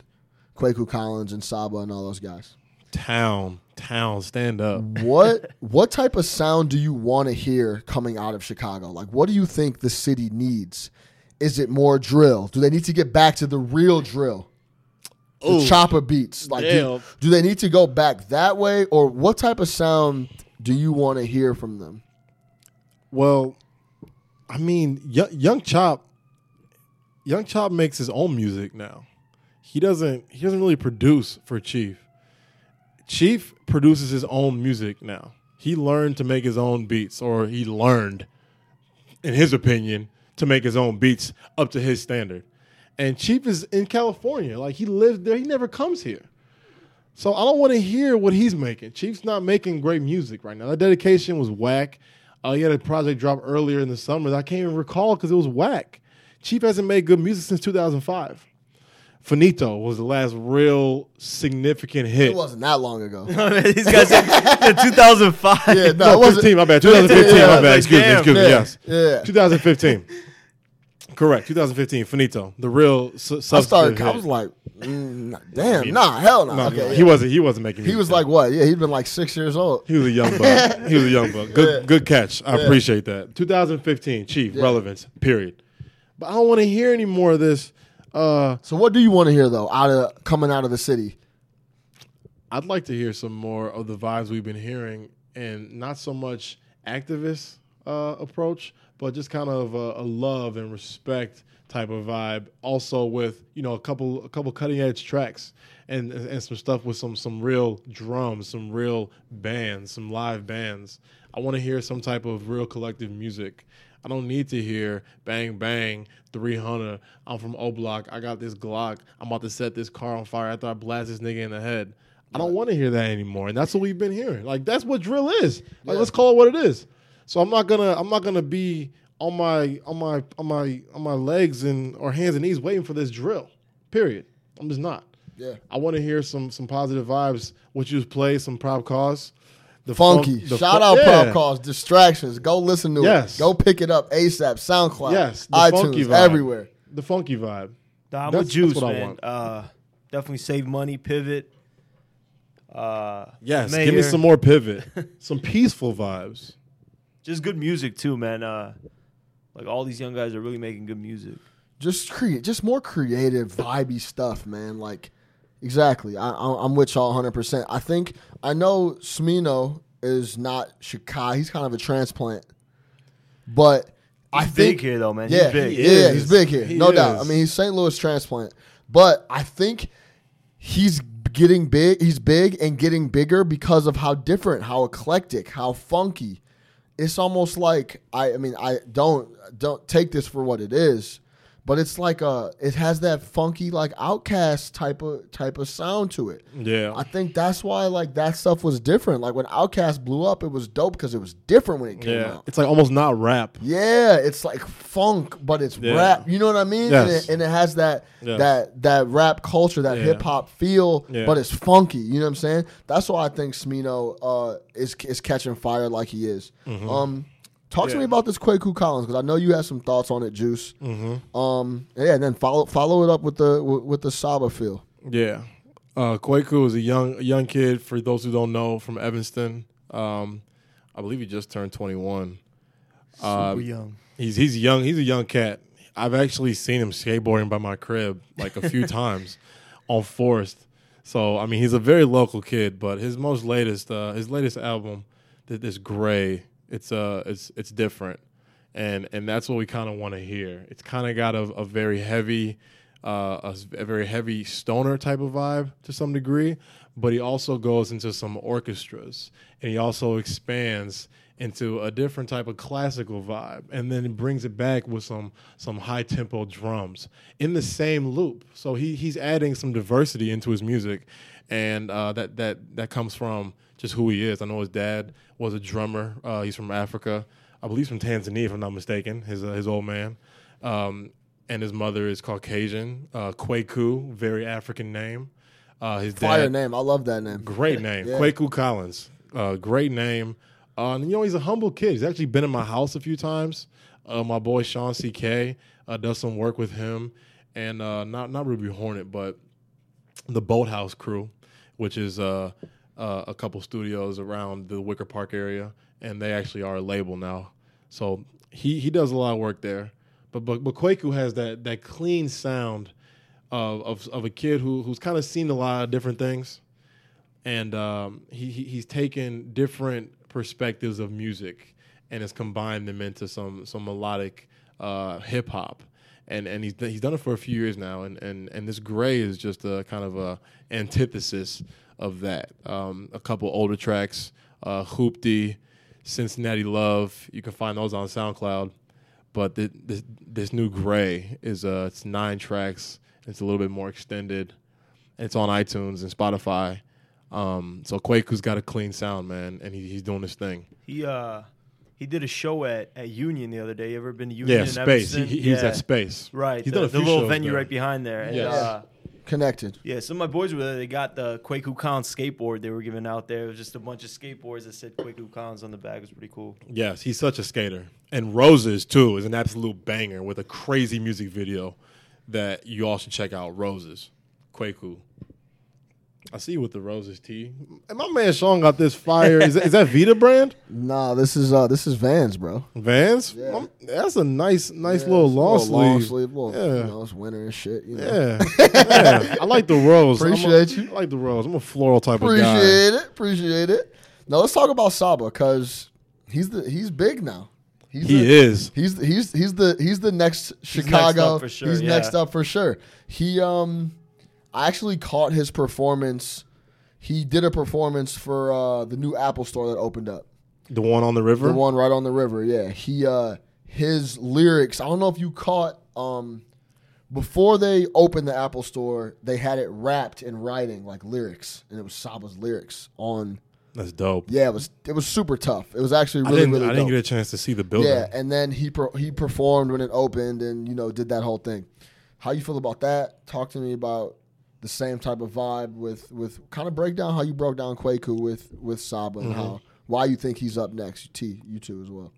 S1: Quaku Collins and Saba and all those guys.
S2: Town. Town. Stand up.
S1: What what type of sound do you want to hear coming out of Chicago? Like what do you think the city needs? Is it more drill? Do they need to get back to the real drill? The
S2: Ooh.
S1: chopper beats. Like do,
S2: Damn.
S1: do they need to go back that way or what type of sound do you want to hear from them?
S2: Well, I mean, y- Young Chop, Young Chop makes his own music now. He doesn't. He doesn't really produce for Chief. Chief produces his own music now. He learned to make his own beats, or he learned, in his opinion, to make his own beats up to his standard. And Chief is in California. Like he lives there. He never comes here. So I don't want to hear what he's making. Chief's not making great music right now. That dedication was whack. Uh, he had a project drop earlier in the summer that I can't even recall because it was whack. Chief hasn't made good music since 2005. Finito was the last real significant hit.
S1: It wasn't that long ago.
S3: These guys said 2005.
S1: Yeah, no,
S2: No,
S1: it wasn't.
S2: 15, my bad. 2015,
S1: Yeah,
S2: my
S1: I was
S2: bad.
S3: like,
S2: Excuse me,
S3: damn,
S2: excuse me.
S1: yeah,
S2: Yes.
S1: yeah.
S2: 2015. Correct. 2015, Finito. The real su-
S1: I
S2: substantive
S1: started. I
S2: hit.
S1: was like, mm, nah, damn, nah, hell nah.
S2: No,
S1: Okay,
S2: no,
S1: yeah.
S2: he wasn't. He wasn't making.
S1: He
S2: music
S1: was
S2: then.
S1: like what? Yeah, he'd been like six years old.
S2: He was a young buck. he was a young buck. Good, good catch. I appreciate that. 2015, Chief, relevance, period. But I don't want to hear any more of this. Uh,
S1: So what do you want to hear though? Out of coming out of the city,
S2: I'd like to hear some more of the vibes we've been hearing, and not so much activists, uh, approach, but just kind of a, a love and respect type of vibe. Also with you know a couple a couple cutting edge tracks and and some stuff with some some real drums, some real bands, some live bands. I want to hear some type of real collective music. I don't need to hear bang bang 300. I'm from O Block. I got this Glock. I'm about to set this car on fire after I blast this nigga in the head. I don't want to hear that anymore, and that's what we've been hearing. Like that's what drill is. Like let's call it what it is. So I'm not gonna I'm not gonna be on my on my on my on my legs and or hands and knees waiting for this drill. Period. I'm just not.
S1: Yeah.
S2: I want to hear some some positive vibes. What you just played, some prop cause, the
S1: Funky.
S2: funk- the
S1: Shout
S2: fu-
S1: out
S2: Yeah.
S1: Pop Calls, Distractions. Go listen to
S2: Yes.
S1: it. Go pick it up ASAP, SoundCloud,
S2: Yes, the funky
S1: iTunes,
S2: vibe.
S1: everywhere.
S2: The funky vibe.
S3: Nah, I'm
S2: That's-
S3: with Juice,
S2: that's what I
S3: man.
S2: want.
S3: Uh, definitely save money, pivot. Uh,
S2: Yes,
S3: Mayor.
S2: give me some more pivot, some peaceful vibes.
S3: Just good music too, man. Uh, like all these young guys are really making good music.
S1: just create just more creative vibey stuff man like exactly I, I, i'm with y'all 100% i think i know smino is not chicago he's kind of a transplant but i
S3: He's
S1: think
S3: big here though, man.
S1: yeah,
S3: He's big.
S1: he- yeah,
S2: is.
S1: he's big here,
S2: He
S1: no doubt. I
S2: is.
S1: mean, he's St. Louis transplant, but I think he's getting big. He's big and getting bigger because of how different, how eclectic, how funky. It's almost like I. I mean, I don't don't take this for what it is, but it's like a. It has that funky like outcast type of type of sound to it.
S2: Yeah.
S1: I think that's why like that stuff was different. Like when Outcast blew up, it was dope because it was different when it came
S2: Yeah,
S1: out.
S2: it's like almost not rap.
S1: Yeah, it's like funk, but it's
S2: Yeah.
S1: rap. You know what I mean?
S2: Yes.
S1: And, it, and it has that
S2: Yes.
S1: that that rap culture, that
S2: Yeah.
S1: hip hop feel,
S2: Yeah.
S1: but it's funky. You know what I'm saying? That's why I think Smino uh, is is catching fire like he is. Um, talk to
S2: Mm-hmm. Yeah.
S1: me about this Quaku Collins because I know you have some thoughts on it, Juice. Mm-hmm. Um, yeah, and then follow follow it up with the with, with the Saba feel.
S2: Yeah. Uh, Kwaku is a young a young kid, for those who don't know, from Evanston. Um, I believe he just turned 21. Uh,
S3: Super young.
S2: he's he's young. He's a young cat. I've actually seen him skateboarding by my crib like a few times on Forest. So I mean, he's a very local kid. But his most latest uh, his latest album, th- this Gray, it's uh it's it's different, and and that's what we kind of want to hear. It's kind of got a, a very heavy. Uh, a s- a, very heavy stoner type of vibe to some degree, but he also goes into some orchestras and he also expands into a different type of classical vibe and then it brings it back with some some high tempo drums in the same loop so he he's adding some diversity into his music and uh, that that that comes from just who he is i know his dad was a drummer uh, he's from africa i believe he's from tanzania if i'm not mistaken his uh, his old man um, and his mother is caucasian uh, Kwaku, very african name uh, his
S1: Fire
S2: dad
S1: name, I love that name.
S2: Great name,
S1: Yeah.
S2: Kwaku Collins. Uh, great name. Uh, and you know he's a humble kid. He's actually been in my house a few times. Uh, my boy Sean CK uh, does some work with him, and uh, not not Ruby Hornet, but the Boathouse Crew, which is uh, uh, a couple studios around the Wicker Park area, and they actually are a label now. So he he does a lot of work there. But but, but Kwaku has that that clean sound of of, of a kid who who's kind of seen a lot of different things and um, he, he he's taken different perspectives of music and has combined them into some some melodic uh, hip hop, and and he's he's done it for a few years now, and and and this Gray is just a kind of a antithesis of that. Um, a couple older tracks, uh, Hoopty, Cincinnati Love, you can find those on SoundCloud, but thi- this this new Gray is uh it's nine tracks, it's a little bit more extended. It's on iTunes and Spotify. Um, so Quaku's got a clean sound, man, and he, he's doing his thing.
S3: He uh, he did a show at, at Union the other day. You ever been to Union?
S2: Yeah,
S3: in
S2: space. He,
S3: Evanston?
S2: he- he was
S3: Yeah.
S2: at space.
S3: Right.
S2: He's
S3: the,
S2: done a
S3: the
S2: few
S3: little
S2: shows
S3: venue
S2: there.
S3: right behind there. And,
S2: Yes.
S3: uh,
S1: Connected.
S3: yeah, some of my boys were there. They got the Quaku Collins skateboard they were giving out there. It was just a bunch of skateboards that said Quaku Collins on the back. It was pretty cool.
S2: Yes, he's such a skater. And Roses too is an absolute banger with a crazy music video that you all should check out. Roses, Quaku. I see you with the Roses tee. And my man Sean got this fire. is, that, is that Vita brand?
S1: Nah, this is uh this is Vans, bro.
S2: Vans?
S1: Yeah.
S2: Um, That's a nice, nice
S1: Yeah,
S2: little
S1: it's a
S2: long sleeve.
S1: long sleeve. Little,
S2: Yeah.
S1: you know, it's winter and shit. You know.
S2: Yeah. Yeah. I like the rose. I'm a-
S1: Appreciate you.
S2: I like the rose. I'm a floral type of guy.
S1: Appreciate it. Appreciate it. Now let's talk about Saba because he's the he's big now. He's
S2: He
S1: the-
S2: is.
S1: He's he's he's the he's the next
S3: next
S1: Chicago.
S3: up for sure,
S1: he's
S3: yeah.
S1: next up for sure. He um, I actually caught his performance. He did a performance for uh, the new Apple store that opened up.
S2: The one on the river.
S1: The one right on the river. Yeah. He uh his lyrics, I don't know if you caught um before they opened the Apple store, they had it wrapped in writing like lyrics and it was Saba's lyrics on
S2: That's dope.
S1: Yeah, it was it was super tough. It was actually
S2: I
S1: really
S2: didn't.
S1: really
S2: I didn't
S1: dope.
S2: get a chance to see the building.
S1: Yeah, and then he per- he performed when it opened, and you know did that whole thing. How you feel about that? Talk to me about the same type of vibe with with kind of break down how you broke down Quaku with with Saba
S2: Mm-hmm.
S1: and how why you think he's up next. T you two as well.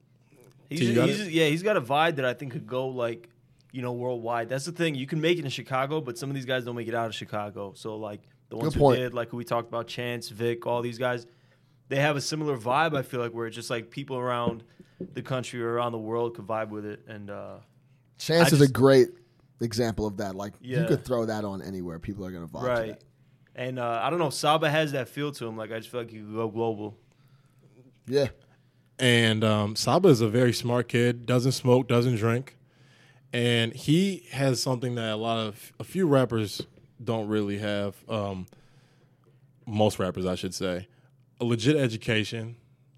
S3: He's,
S2: T, you got
S3: he's-
S2: it?
S3: yeah, he's got a vibe that I think could go like, you know, worldwide. That's the thing. You can make it in Chicago, but some of these guys don't make it out of Chicago. So like the ones
S1: Good
S3: who
S1: point.
S3: did, like who we talked about, Chance, Vic, all these guys, they have a similar vibe. I feel like where it's just like people around the country or around the world could vibe with it. And uh,
S1: Chance
S3: I
S1: is a
S3: just-
S1: great example of that. Like you
S3: Yeah.
S1: could throw that on anywhere, people are gonna vibe. to
S3: right,
S1: that.
S3: and uh, I don't know, Saba has that feel to him. Like I just feel like he could go global.
S1: Yeah.
S2: And um, Saba is a very smart kid. Doesn't smoke. Doesn't drink. And he has something that a lot of a few rappers don't really have. Um, most rappers, I should say, a legit education.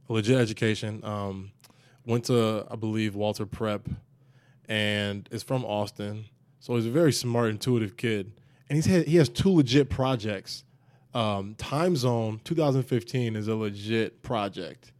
S2: A legit education. Um, went to I believe Walter Prep, and is from Austin. So he's a very smart, intuitive kid. And he's had, he has two legit projects. Um, Time Zone 2015 is a legit project.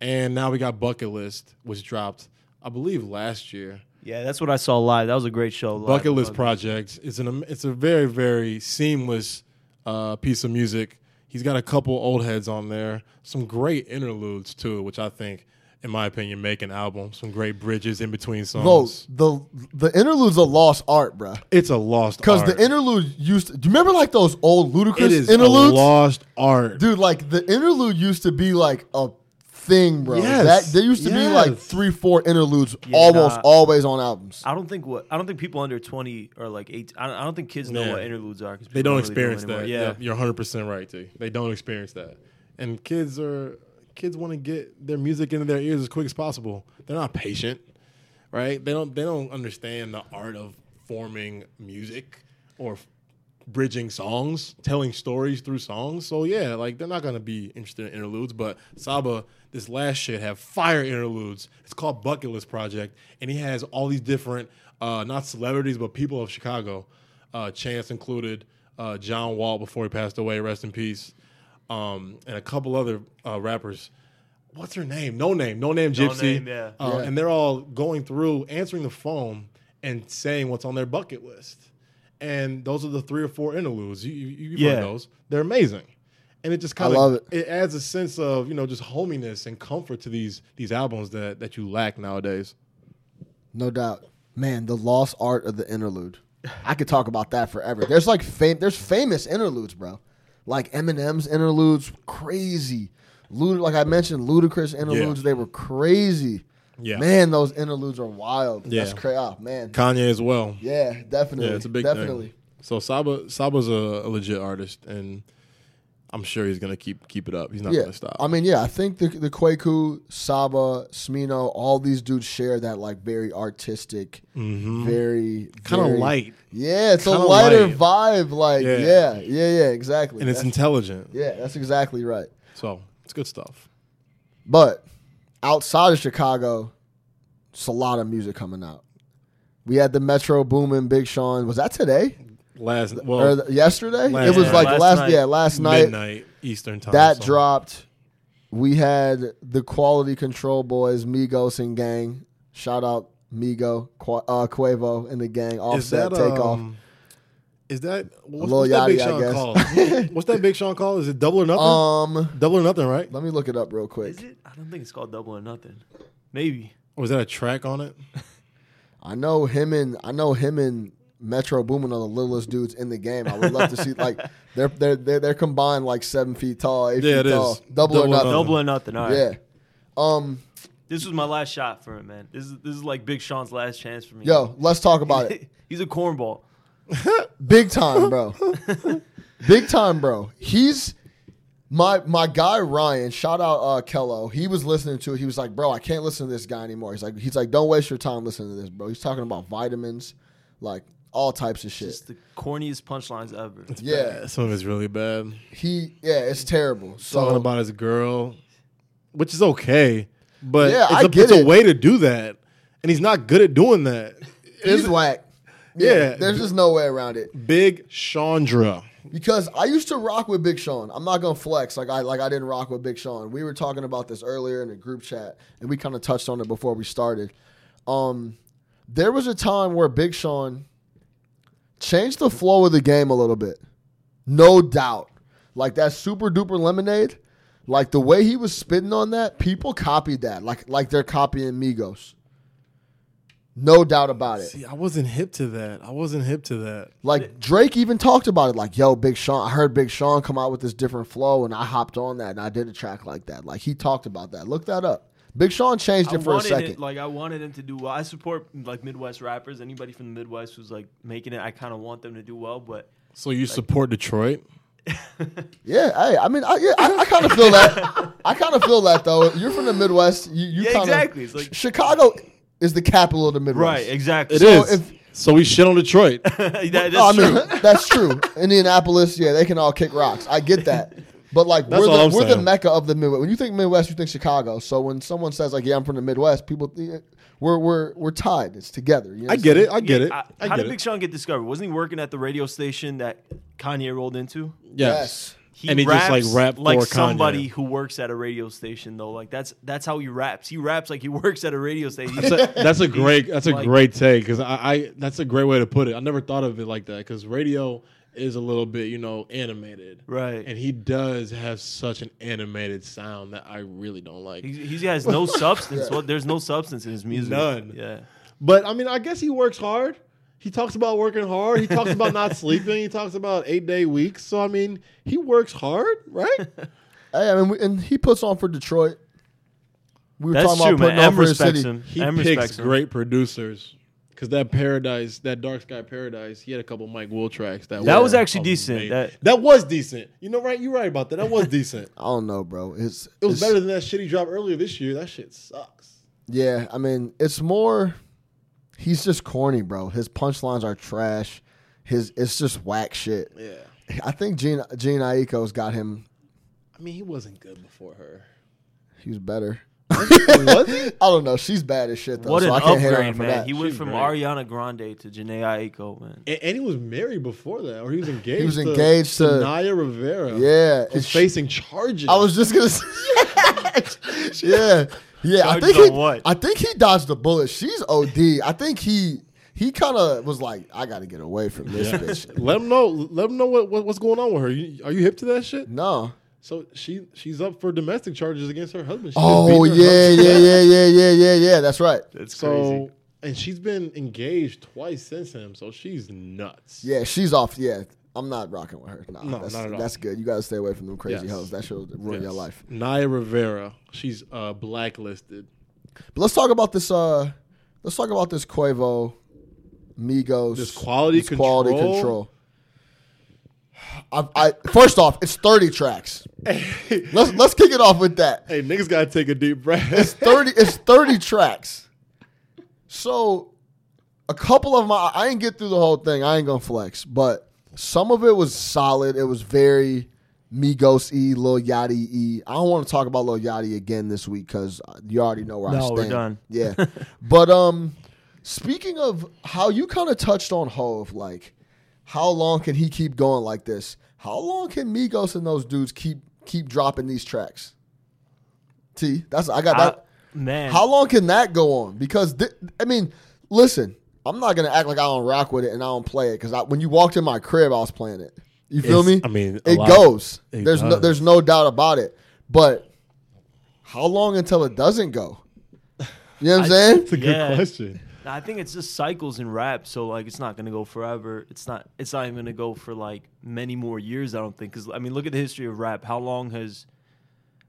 S2: And now we got Bucket List, which dropped, I believe, last year.
S3: Yeah, that's what I saw live. That was a great show. Live.
S2: Bucket List Project. It's an am- it's a very very seamless uh, piece of music. He's got a couple old heads on there, some great interludes too, which I think, in my opinion, make an album. Some great bridges in between
S1: Bro,
S2: songs.
S1: the the interlude's a lost art, bruh.
S2: It's a lost
S1: Because
S2: art.
S1: the interlude used. To, do you remember like those old ludicrous
S2: it is
S1: interludes?
S2: a lost art.
S1: dude like the interlude used to be like a thing bro
S2: Yes.
S1: that there used to be like
S2: Yes.
S1: three four interludes
S3: Yeah,
S1: almost
S3: nah.
S1: always on albums
S3: I don't think what I don't think people under twenty or like eight. I don't, I don't think kids know
S2: Yeah.
S3: what interludes are. 'cause
S2: They don't
S3: people really do them
S2: experience that. Yeah,
S3: anymore.
S2: you're 100 percent right, T. They don't experience that, and kids are kids want to get their music into their ears as quick as possible. They're not patient, right? They don't they don't understand the art of forming music or f- bridging songs, telling stories through songs. So yeah, like they're not gonna be interested in interludes. But Saba, this last shit have fire interludes. It's called Bucket List Project, and he has all these different, uh, not celebrities, but people of Chicago. Uh, Chance included, uh, John Wall before he passed away, rest in peace, um, and a couple other uh, rappers. What's her name? No name, no name, Gypsy.
S3: Name, yeah.
S2: Uh,
S1: Yeah.
S2: And they're all going through, answering the phone, and saying what's on their bucket list. And those are the three or four interludes. You, you, you've
S3: Yeah.
S2: heard those. They're amazing. And it just kind of
S1: love it.
S2: adds a sense of you know just hominess and comfort to these these albums that that you lack nowadays.
S1: no doubt man the lost art of the interlude i could talk about that forever there's like fam- there's famous interludes bro like eminem's interludes crazy Lud- like i mentioned ludicrous interludes they were crazy
S2: Yeah.
S1: man those interludes are wild
S2: Yeah.
S1: that's crazy oh, man
S2: Kanye as well.
S1: yeah definitely
S2: Yeah, it's a big
S1: definitely
S2: thing. So Saba Saba's a, a legit artist, and I'm sure he's gonna keep keep it up. He's not
S1: Yeah,
S2: gonna stop.
S1: I mean, yeah, I think the the Kwaku, Saba, Smino, all these dudes share that like very artistic, very
S2: Mm-hmm. Kinda
S1: very-
S2: light.
S1: Yeah, it's
S2: Kinda
S1: a lighter
S2: light.
S1: vibe. Like,
S2: Yeah.
S1: yeah, yeah, yeah, exactly.
S2: and it's
S1: That's-
S2: intelligent.
S1: yeah, that's exactly right.
S2: So it's good stuff.
S1: But outside of Chicago, it's a lot of music coming out. We had the Metro Boomin, Big Sean. Was that today
S2: Last
S1: or
S2: well
S1: the- yesterday?
S2: last
S1: it was
S2: night.
S1: like
S3: Last
S1: last,
S3: night.
S1: yeah last night.
S2: midnight Eastern time.
S1: That
S2: so-
S1: dropped. We had the Quality Control Boys, Migos and Gang. Shout out Migo, Qua- uh, Quavo and the Gang. Offset, Takeoff.
S2: um, Is that what's,
S1: Lil
S2: what's that Big
S1: Yachty, I
S2: Sean
S1: guess.
S2: called? what's that Big Sean called? Is it Double or Nothing?
S1: Um,
S2: double or Nothing, right?
S1: let me look it up real
S3: Is
S1: quick.
S3: it? I don't think it's called Double or Nothing. Maybe.
S2: Or was that a track on it?
S1: I know him and I know him and Metro Boomin are the littlest dudes in the game. I would love to see like they're they're they're, they're combined like seven feet tall, eight
S2: Yeah,
S1: feet
S2: it
S1: tall,
S2: is.
S1: double, or
S2: Double or
S1: nothing.
S3: Double or Nothing. All right.
S1: Yeah. Um,
S3: This was my last shot for him, man. This is this is like Big Sean's last chance for me.
S1: yo, let's talk about it.
S3: He's a cornball.
S1: Big time, bro. Big time, bro. He's my my guy Ryan, shout out uh, Kello. He was listening to it. He was like, "Bro, I can't listen to this guy anymore." He's like, "He's like, don't waste your time listening to this, bro." He's talking about vitamins, like all types of shit.
S3: It's the corniest punchlines ever.
S1: yeah,
S2: Some of it's really bad.
S1: he yeah, it's terrible. So
S2: Talking about his girl, which is okay, but
S1: Yeah,
S2: it's,
S1: I
S2: a,
S1: get
S2: it's
S1: it.
S2: a way to do that, and he's not good at doing that.
S1: he's
S2: Is
S1: whack.
S2: Yeah.
S1: there's just no way around it.
S2: Big Chandra.
S1: because I used to rock with Big Sean. I'm not gonna flex like I like I didn't rock with Big Sean. We were talking about this earlier in the group chat, and we kind of touched on it before we started. Um, there was a time where Big Sean changed the flow of the game a little bit, no doubt. Like that super duper lemonade, like the way he was spitting on that, people copied that. Like like they're copying Migos, no doubt about it.
S2: See, I wasn't hip to that. I wasn't hip to that.
S1: Like Drake even talked about it, like, yo, Big Sean. I heard Big Sean come out with this different flow, and I hopped on that, and I did a track like that. Like he talked about that. Look that up. Big Sean changed
S3: I
S1: it for a
S3: wanted
S1: second.
S3: it like I wanted them to do well. I support like Midwest rappers. Anybody from the Midwest who's like making it, I kind of want them to do well. But
S2: So you support Detroit?
S1: yeah, hey, I mean, I, yeah, I, I kind of feel that. I kind of feel that though. You're from the Midwest. You, you
S3: Yeah,
S1: kinda,
S3: exactly. It's like-
S1: Sh- Chicago is the capital of the Midwest.
S3: right, exactly.
S2: It
S1: So
S2: is.
S1: if-
S2: so we shit on Detroit.
S3: That- that's
S1: No, Oh, I mean,
S3: true.
S1: that's true. Indianapolis, yeah, they can all kick rocks. I get that. But like
S2: That's
S1: we're,
S2: all I'm
S1: the, we're the
S2: saying.
S1: mecca of the Midwest. When you think Midwest, you think Chicago. So when someone says like, "Yeah, I'm from the Midwest," people think we're we're we're tied. It's together. You know
S2: I
S1: what
S2: get
S1: I'm
S2: it. I get it.
S3: I-
S2: I,
S3: how
S2: get
S3: did
S2: it.
S3: Big Sean get discovered? Wasn't he working at the radio station that Kanye rolled into?
S1: Yes.
S2: yes.
S3: He
S2: and he just like rapped
S3: like
S2: for
S3: somebody
S2: Kanye.
S3: who works at a radio station though. Like that's that's how he raps. He raps like he works at a radio station. He's
S2: That's a, that's a great that's a
S3: like-
S2: great take because I, I that's a great way to put it. I never thought of it like that because radio is a little bit you know animated,
S3: Right.
S2: And he does have such an animated sound that I really don't like.
S3: He's, he has no substance. Well, there's no substance in his music.
S2: None.
S3: Yeah.
S2: But I mean, I guess he works hard. He talks about working hard. He talks about not sleeping. He talks about eight day weeks. So I mean, he works hard, right?
S1: Hey, I mean, we- and he puts on for Detroit. We were
S3: That's
S1: talking about
S3: true,
S1: putting
S3: man.
S1: on
S3: Em
S1: for his
S3: respects
S1: city.
S3: him.
S2: He
S3: Em
S2: picks
S3: respects him.
S2: great producers. Cause that paradise, that dark sky paradise, he had a couple Mike Will tracks that
S3: That
S2: were
S3: was actually
S2: amazing.
S3: decent. That-
S2: was decent. You know, right? You're right about that. That was decent.
S1: I don't know, bro. It's
S2: It was
S1: it's-
S2: better than that shit he dropped earlier this year. That shit sucks.
S1: Yeah, I mean, it's more. He's just corny, bro. His punchlines are trash. His it's just whack shit.
S2: Yeah.
S1: I think Gene Gene Aiko's got him.
S2: I mean, he wasn't good before her.
S1: He was better.
S2: was he?
S1: I don't know. She's bad as shit though.
S3: What
S1: so I
S3: an
S1: can't hate on her
S3: upgrade,
S1: for
S3: man.
S1: that. He,
S3: He went
S2: She's
S3: from
S2: great.
S3: Ariana Grande to Janae Aiko, man.
S2: And, and he was married before that, or he was engaged.
S1: was
S2: to-
S1: engaged to-
S2: Naya Rivera.
S1: yeah, and
S2: who's
S1: she-
S2: facing charges.
S1: I was just gonna. Say, yeah, yeah. I
S3: Charges
S1: think he,
S3: on what?
S1: I think he dodged a bullet. She's OD. I think he he kind of was like, I got to get away from this bitch.
S2: let him know. Let him know what, what what's going on with her. You, are you hip to that shit?
S1: No.
S2: So she she's up for domestic charges against her husband. She just
S1: Oh
S2: beat her
S1: yeah,
S2: husband.
S1: yeah, yeah, yeah, yeah, yeah, yeah. That's right.
S3: That's
S2: So and she's been engaged twice since him. So she's nuts.
S1: Yeah, she's off. Yeah, I'm not rocking with her. Nah,
S2: No,
S1: that's,
S2: not at all.
S1: That's good. You got to stay away from them crazy
S2: Yes.
S1: hoes. That shit'll ruin your
S2: Yes.
S1: life.
S2: Naya Rivera. She's uh, blacklisted.
S1: But let's talk about this. Uh, let's talk about this Quavo, Migos.
S2: This quality control.
S1: I, I first off, it's thirty tracks. let's let's kick it off with that.
S2: Hey, niggas gotta take a deep
S1: It's
S2: breath.
S1: thirty. it's thirty tracks. So, a couple of my I didn't get through the whole thing. I ain't gonna flex, but some of it was solid. It was very Migos e, Lil Yachty e. I don't want to talk about Lil Yachty again this week because you already know where I stand.
S3: No, we're done.
S1: Yeah, but um, speaking of how you kind of touched on Hove, like how long can he keep going like this? How long can Migos and those dudes keep keep dropping these tracks? T, that's I got that.
S3: man.
S1: How long can that go on? Because thi- I mean, listen, I'm not gonna act like I don't rock with it and I don't play it because when you walked in my crib, I was playing it. You feel
S2: It's-
S1: me?
S2: I mean, a
S1: it
S2: lot-
S1: goes.
S2: it
S1: there's no,
S2: does.
S1: there's no doubt about it. But how long until it doesn't go? You know what I'm saying?
S2: That's a good
S3: Yeah.
S2: question.
S3: I think it's just cycles in rap, so like it's not gonna go forever. It's not. It's not even gonna go for like many more years. I don't think. Because I mean, look at the history of rap. How long has,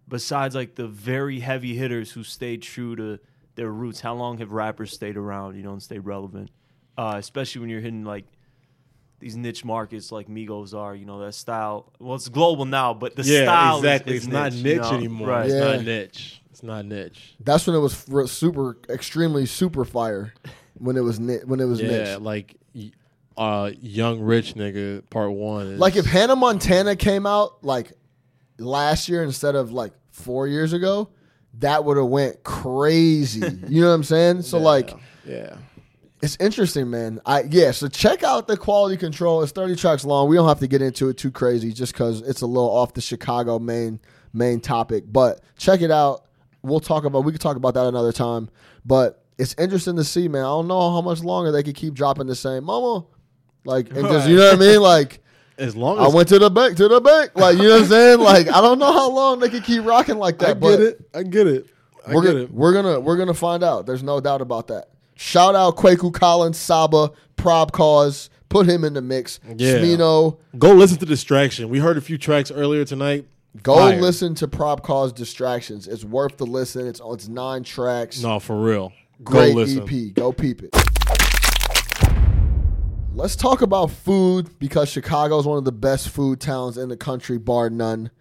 S3: besides like the very heavy hitters who stayed true to their roots, how long have rappers stayed around? You know, and stayed relevant, uh, especially when you're hitting like these niche markets like Migos are. You know that style. Well, it's global now, but the
S2: yeah,
S3: style
S2: exactly.
S3: Is, is
S2: it's not niche
S3: you know?
S2: anymore.
S3: Right.
S2: It's
S1: Yeah.
S2: not niche. It's not niche.
S1: That's when it was fr- super, extremely super fire. When it was ni- when it was
S2: Yeah,
S1: niche.
S2: like y- uh, young rich nigga part one. Is,
S1: Like if Hannah Montana came out like last year instead of like four years ago, that would have went crazy. you know what I'm saying? So
S2: Yeah,
S1: like
S2: yeah,
S1: it's interesting, man. I yeah, so check out the quality control. It's 30 tracks long. We don't have to get into it too crazy just because it's a little off the Chicago main main topic. But check it out. We'll talk about we could talk about that another time. But it's interesting to see, man. I don't know how much longer they could keep dropping the same mama. Like and just you know what I mean? Like
S2: as long
S1: I
S2: as
S1: went to the back, to the back. Like, you know what I'm saying? Like, I don't know how long they can keep rocking like that.
S2: I
S1: but
S2: get it. I get it. I
S1: We're
S2: get
S1: gonna,
S2: it.
S1: we're gonna we're gonna find out. There's no doubt about that. Shout out Kwaku Collins, Saba, Prob Cause. Put him in the mix.
S2: Yeah.
S1: Smino.
S2: Go listen to Distraction. We heard a few tracks earlier tonight.
S1: Go
S2: Fire.
S1: listen to Prob Cause Distractions. It's worth the listen. It's it's nine tracks.
S2: No, for real.
S1: Great E
S2: Go listen.
S1: EP. Go peep it. Let's talk about food because Chicago is one of the best food towns in the country, bar none.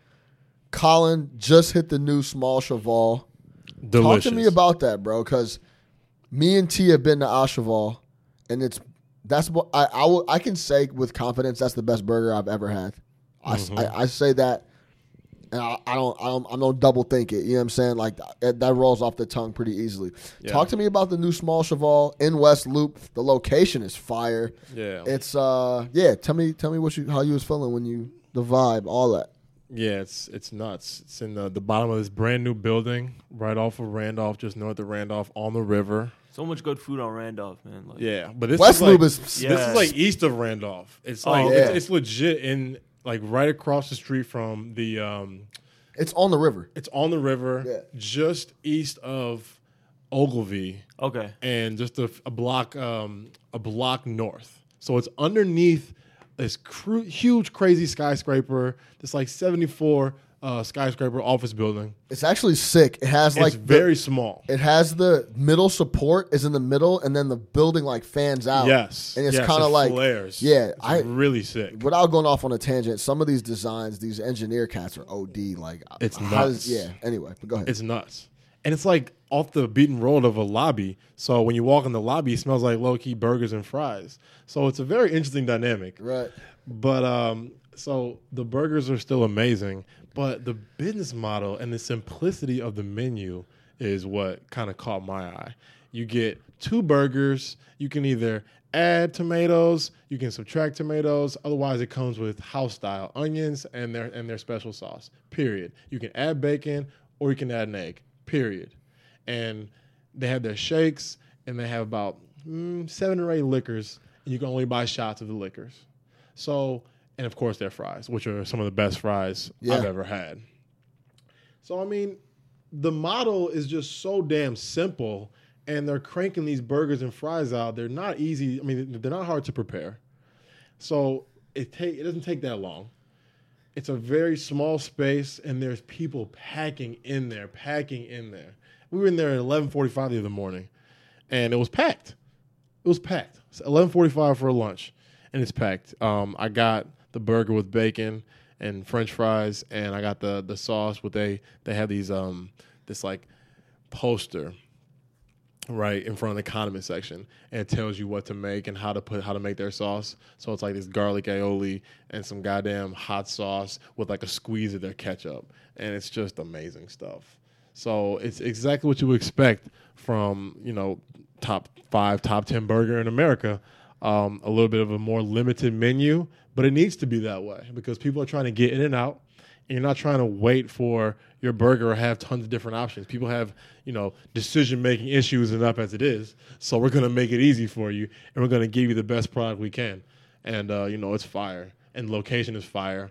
S1: Colin just hit the new Small Cheval.
S2: Delicious.
S1: Talk to me about that, bro, because me and T have been to Au Cheval, and it's that's what I I, will, I can say with confidence that's the best burger I've ever had. I,
S2: Mm-hmm.
S1: s- I- I say that, and I, I don't I don't I don't double think it. You know what I'm saying? Like that, that rolls off the tongue pretty easily.
S2: Yeah.
S1: Talk to me about the new Small Cheval in West Loop. The location is fire.
S2: Yeah.
S1: It's uh yeah. Tell me tell me what you how you was feeling when you the vibe all that.
S2: Yeah, it's it's nuts. It's in the, the bottom of this brand new building, right off of Randolph, just north of Randolph, on the river.
S3: So much good food on Randolph, man. Like,
S2: Yeah, but this
S1: West
S2: is like,
S1: Loop is
S2: this
S3: Yeah.
S2: is like east of Randolph. It's
S3: Oh,
S2: like
S1: yeah.
S2: it's, it's legit in like right across the street from the. Um,
S1: It's on the river.
S2: it's on the river,
S1: Yeah.
S2: just east of Ogilvy,
S3: Okay.
S2: and just a, a block um, a block north. So it's underneath this cru- huge, crazy skyscraper. This like seventy four uh, skyscraper office building.
S1: It's actually sick. It has like
S2: it's very small.
S1: It has the middle support is in the middle, and then the building like fans out.
S2: Yes,
S1: and it's
S2: yes,
S1: kind of
S2: it
S1: like
S2: flares.
S1: Yeah,
S2: It's
S1: I
S2: really sick.
S1: without going off on a tangent, some of these designs, these engineer cats are OD. Like
S2: It's
S1: how does-
S2: nuts.
S1: yeah. Anyway, but go ahead.
S2: It's nuts, and it's like off the beaten road of a lobby. So when you walk in the lobby, it smells like low key burgers and fries. So it's a very interesting dynamic.
S1: right.
S2: But um, so the burgers are still amazing, but the business model and the simplicity of the menu is what kind of caught my eye. You get two burgers. You can either add tomatoes, you can subtract tomatoes. Otherwise, it comes with house style onions and their and their special sauce. Period. You can add bacon or you can add an egg. Period and they have their shakes and they have about mm, seven or eight liquors and you can only buy shots of the liquors so and of course their fries which are some of the best fries
S1: Yeah.
S2: i've ever had so i mean the model is just so damn simple and they're cranking these burgers and fries out they're not easy i mean they're not hard to prepare so it take it doesn't take that long it's a very small space and there's people packing in there packing in there we were in there at 11.45 the other morning and it was packed it was packed it's 11.45 for lunch and it's packed um, i got the burger with bacon and french fries and i got the, the sauce with they they have these um this like poster right in front of the condiment section and it tells you what to make and how to put how to make their sauce so it's like this garlic aioli and some goddamn hot sauce with like a squeeze of their ketchup and it's just amazing stuff so it's exactly what you would expect from you know top five top ten burger in america um, a little bit of a more limited menu but it needs to be that way because people are trying to get in and out and you're not trying to wait for your burger or have tons of different options. People have, you know, decision making issues enough as it is. So we're gonna make it easy for you, and we're gonna give you the best product we can. And uh, you know, it's fire, and location is fire.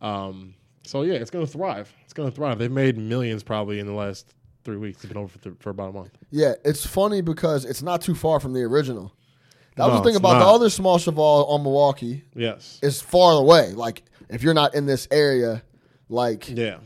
S2: Um, so yeah, it's gonna thrive. It's gonna thrive. They've made millions probably in the last three weeks. It's been over for, th- for about a month.
S1: Yeah, it's funny because it's not too far from the original. That was
S2: No,
S1: the thing
S2: it's
S1: about the
S2: not.
S1: other small cheval on Milwaukee.
S2: Yes.
S1: It's far away. Like if you're not in this area, like
S2: yeah.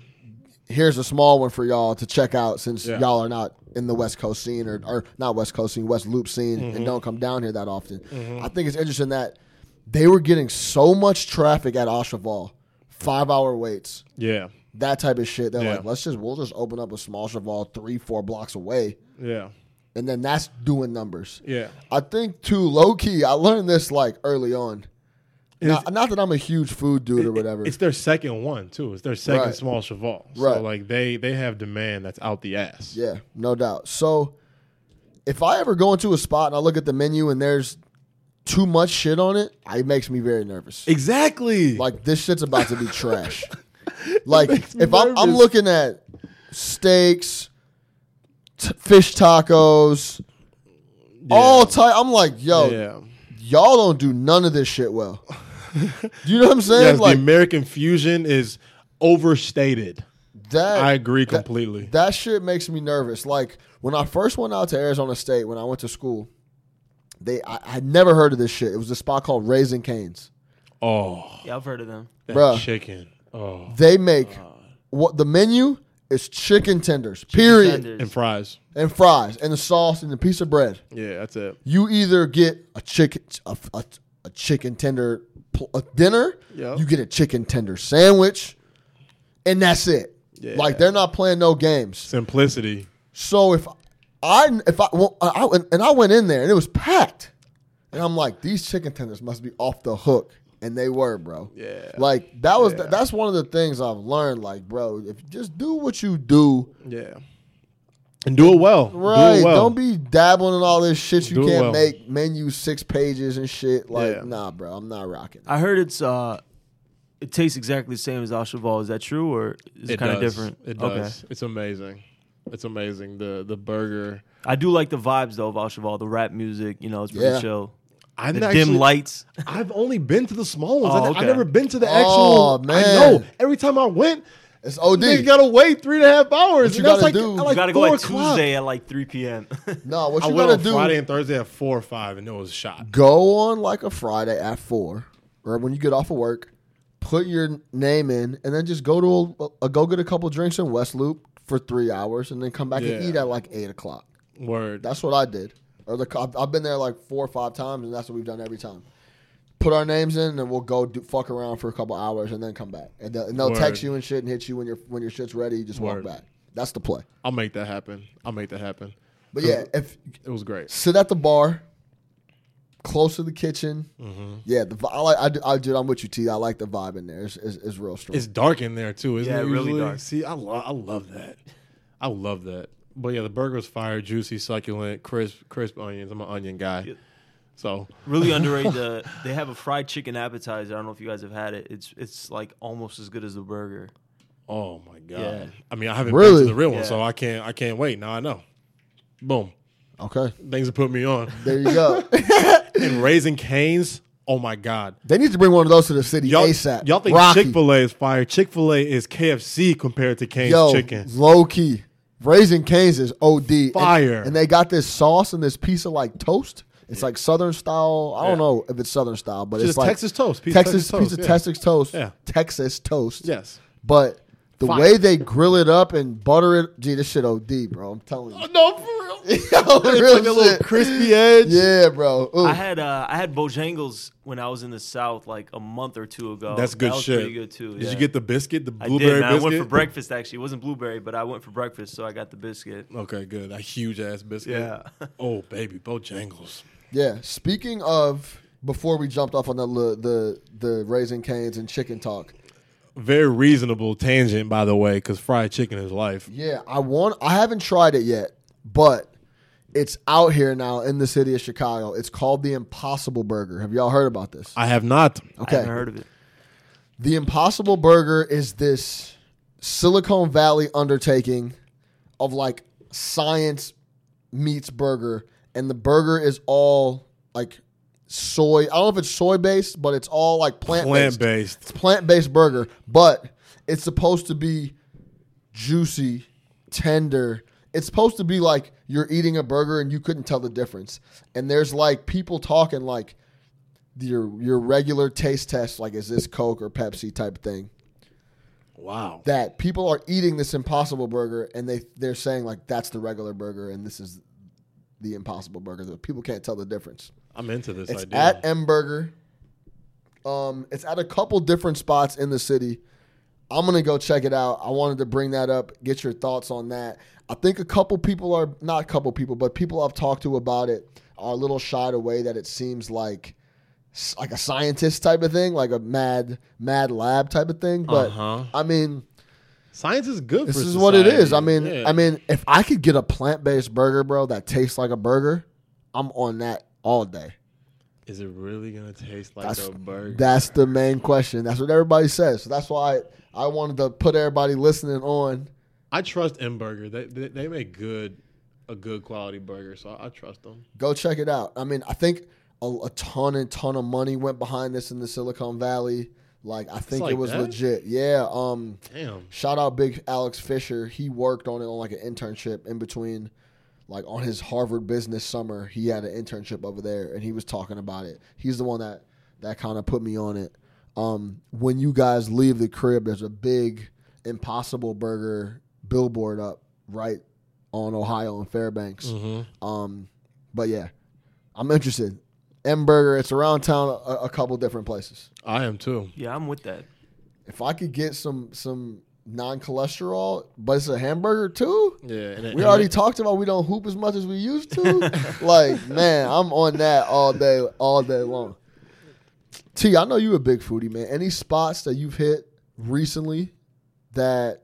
S1: here's a small one for y'all to check out since
S2: Yeah.
S1: y'all are not in the West Coast scene
S2: Mm-hmm.
S1: or, or not West Coast scene, West Loop scene, and don't come down here that often. I think it's interesting that they were getting so much traffic at Ashaval, five hour waits,
S2: Yeah.
S1: that type of shit. They're
S2: Yeah.
S1: like, let's just we'll just open up a small Cheval three four blocks away,
S2: Yeah.
S1: and then that's doing numbers.
S2: Yeah.
S1: I think too low key. I learned this like early on. Not, not that I'm a huge food dude or
S2: It-
S1: whatever.
S2: It's their second one too. It's their second
S1: Right.
S2: small cheval. So
S1: Right.
S2: like they they have demand that's out the ass.
S1: Yeah, no doubt. So if I ever go into a spot and I look at the menu and there's too much shit on it, it makes me very nervous.
S2: Exactly.
S1: Like this shit's about to be trash. Like
S2: me
S1: if I'm, I'm
S2: nervous.
S1: looking at steaks, t- fish tacos, all type, I'm like, yo,
S2: yeah.
S1: y'all don't do none of this shit well. Do you know what I'm saying?
S2: Yes,
S1: like
S2: the American fusion is overstated.
S1: that.
S2: I agree
S1: that-
S2: completely.
S1: That shit makes me nervous. Like when I first went out to Arizona State when I went to school, they I, I had never heard of this shit. It was a spot called Raising Canes.
S2: oh,
S3: Yeah, I've heard of them.
S2: that
S1: Bruh.
S2: chicken. Oh,
S1: They make what the menu is chicken tenders, period,
S3: Tenders.
S2: and fries.
S1: and fries, and the sauce, and a piece of bread.
S2: Yeah, that's it.
S1: You either get a chicken a, a, a chicken tender pl- a dinner,
S2: Yep.
S1: you get a chicken tender sandwich, and that's it.
S2: Yeah.
S1: Like they're not playing no games.
S2: Simplicity.
S1: So if I if I, well, I I- and I went in there and it was packed, and I'm like, these chicken tenders must be off the hook, and they were, bro.
S2: Yeah.
S1: Like that was
S2: Yeah.
S1: that's one of the things I've learned. Like, bro, if you just do what you do,
S2: Yeah. And do it well. Do
S1: right?
S2: it well.
S1: Don't be dabbling in all this shit you
S2: Do it
S1: can't
S2: well.
S1: make menu six pages and shit. Like,
S2: Yeah.
S1: nah, bro, I'm not rocking. it.
S3: I heard it's uh, it tastes exactly the same as Al Cheval. Is that true or is it, kind of
S2: does.
S3: different?
S2: It does. It's amazing. It's amazing. The the burger.
S3: I do like the vibes though of Al Cheval. The rap music, you know, it's pretty
S1: Yeah.
S3: chill.
S2: I'm
S3: The
S2: actually-
S3: dim lights.
S2: I've only been to the small ones.
S3: Oh,
S2: I-
S3: okay.
S2: I've never been to the
S1: Oh,
S2: actual.
S1: man.
S2: I know. Every time I went,
S1: It's OD.
S2: they gotta wait three and a half hours.
S1: What you
S2: and that's
S1: gotta
S2: like,
S1: do-
S2: at
S1: You
S2: like
S3: You gotta go
S2: four
S3: like
S2: o'clock.
S3: Tuesday at like 3 p.m.
S1: nah, what
S2: I
S1: you
S2: went
S1: gotta
S2: on
S1: do?
S2: Friday and Thursday at four or five, and it was shot.
S1: go on like a Friday at four or when you get off of work, put your name in, and then just go to a, a go get a couple drinks in West Loop for three hours, and then come back and
S2: Yeah.
S1: eat at like eight o'clock.
S2: Word.
S1: That's what I did. Or the I've- I've been there like four or five times, and that's what we've done every time. Put our names in, and we'll go do, fuck around for a couple hours, and then come back. And they'll, and they'll
S2: Word.
S1: text you and shit, and hit you when your when your shit's ready. You just
S2: Word.
S1: walk back. That's the play.
S2: I'll make that happen. I'll make that happen.
S1: But yeah, if
S2: It was great.
S1: sit at the bar, close to the kitchen.
S2: Mm-hmm.
S1: Yeah, the vi- I like. I, do- I do. I'm with you, T. I like the vibe in there. It's, it's, it's real strong.
S2: It's dark in there too, isn't
S3: Yeah,
S2: it?
S3: really
S2: usually?
S3: dark.
S2: See, I love, I love that. I love that. But yeah, the burger was fire, juicy, succulent, crisp, crisp onions. I'm an onion guy, so
S3: really underrated. The, they have a fried chicken appetizer. I don't know if you guys have had it. It's it's like almost as good as the burger.
S2: Oh my god!
S3: Yeah.
S2: I mean, I haven't been
S1: Really?
S2: to the real one,
S3: Yeah.
S2: so I can't. I can't wait. Now I know. Boom!
S1: okay,
S2: Things have put me on.
S1: there you go.
S2: and raising canes. Oh my god!
S1: they need to bring one of those to the city
S2: Y'all,
S1: ASAP.
S2: y'all think
S1: Rocky.
S2: Chick Fil A is fire? Chick Fil A is KFC compared to Cane's
S1: Yo,
S2: chicken.
S1: low key. Raising Cane's is OD. And-
S2: Fire.
S1: And, they got this sauce and this piece of like toast. It's like Southern style. I don't
S2: Yeah.
S1: know if it's Southern style, but
S2: Just
S1: it's like
S2: Texas toast. Piece of
S1: Texas,
S2: Texas toast,
S1: piece of
S2: yeah.
S1: Texas toast.
S2: Yeah.
S1: Texas toast.
S2: Yes.
S1: But the
S2: Fire.
S1: way they grill it up and butter it, gee, this shit OD, bro. I'm telling you.
S2: Oh, No, for real.
S1: Yo, real
S2: like a little
S1: shit.
S2: crispy edge.
S1: Yeah, bro. Ooh.
S3: I had uh, I had Bojangles when I was in the South like a month or two ago.
S2: Oh, That's good
S3: that was
S2: shit.
S3: Pretty good too.
S2: Did
S3: yeah.
S2: you get the biscuit? The
S3: I
S2: blueberry
S3: did. man. I
S2: biscuit.
S3: went for breakfast actually. It wasn't blueberry, but I went for breakfast, so I got the biscuit.
S2: Okay, good. A huge ass biscuit.
S3: Yeah.
S2: oh baby, Bojangles.
S1: Yeah. Speaking of, before we jumped off on the the the Raising Cane's and chicken talk,
S2: Very reasonable tangent, by the way, because fried chicken is life.
S1: Yeah, I want. I haven't tried it yet, but it's out here now in the city of Chicago. It's called the Impossible Burger. Have y'all heard about this?
S2: I have not.
S3: I
S1: Okay,
S3: haven't heard of it.
S1: the Impossible Burger is this Silicon Valley undertaking of like science meets burger, and the burger is all like soy. I don't know if it's soy based, but it's all like plant
S2: Plant
S1: based
S2: based.
S1: it's plant based burger, but it's supposed to be juicy, tender. It's supposed to be like you're eating a burger and you couldn't tell the difference. And there's like people talking like your your regular taste test, like is this Coke or Pepsi type thing.
S2: Wow.
S1: That people are eating this impossible burger and they they're saying like that's the regular burger and this is the impossible burger. That people can't tell the difference.
S2: I'm into this
S1: It's
S2: idea.
S1: at M Burger. Um, it's at a couple different spots in the city. I'm gonna go check it out. I wanted to bring that up, get your thoughts on that. I think a couple people are not a couple people, but people I've talked to about it are a little shied away that it seems like s- like a scientist type of thing, like a mad mad lab type of thing. But
S2: Uh-huh.
S1: I mean,
S2: Science is good.
S1: this
S2: for
S1: is what it is. I
S2: society.
S1: mean,
S2: Yeah.
S1: I mean, if I could get a plant based burger, bro, that tastes like a burger, I'm on that all day.
S2: is it really gonna taste like
S1: That's-
S2: a burger?
S1: That's the main question. That's what everybody says. So that's why I wanted to put everybody listening on.
S2: I trust M Burger. They, they they make good a good quality burger, so I, I trust them.
S1: Go check it out. I mean, I think a, a ton and ton of money went behind this in the Silicon Valley. Like, I think it
S2: like
S1: was
S2: that?
S1: legit. Yeah. Um.
S2: Damn.
S1: Shout out Big Alex Fisher. He worked on it on like an internship in between, like on his Harvard business summer. He had an internship over there, and he was talking about it. He's the one that that kind of put me on it. Um, when you guys leave the crib, there's a big Impossible Burger billboard up right on Ohio and Fairbanks.
S2: Mm-hmm.
S1: Um, but yeah, I'm interested. M Burger, it's around town a, a couple different places
S2: I am too.
S3: Yeah, I'm with that.
S1: if I could get some some non cholesterol, but it's a hamburger too.
S2: Yeah. And
S1: We already talked about we don't hoop as much as we used to. like, man, I'm on that all day, all day long. T, I know you a big foodie, man. Any spots that you've hit recently that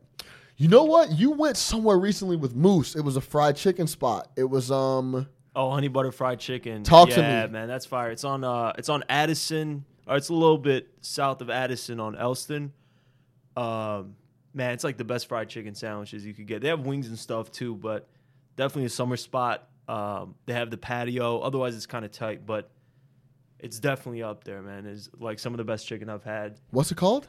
S1: you know what? You went somewhere recently with Moose. It was a fried chicken spot. It was um
S3: Oh, honey butter fried chicken.
S1: Talk to
S3: yeah,
S1: me.
S3: man, that's fire. It's on uh it's on Addison. Or it's a little bit south of Addison on Elston. Um man, it's like the best fried chicken sandwiches you could get. They have wings and stuff too, but definitely a summer spot. Um they have the patio. Otherwise it's kind of tight, but it's definitely up there, man. Is like some of the best chicken I've had.
S1: what's it called?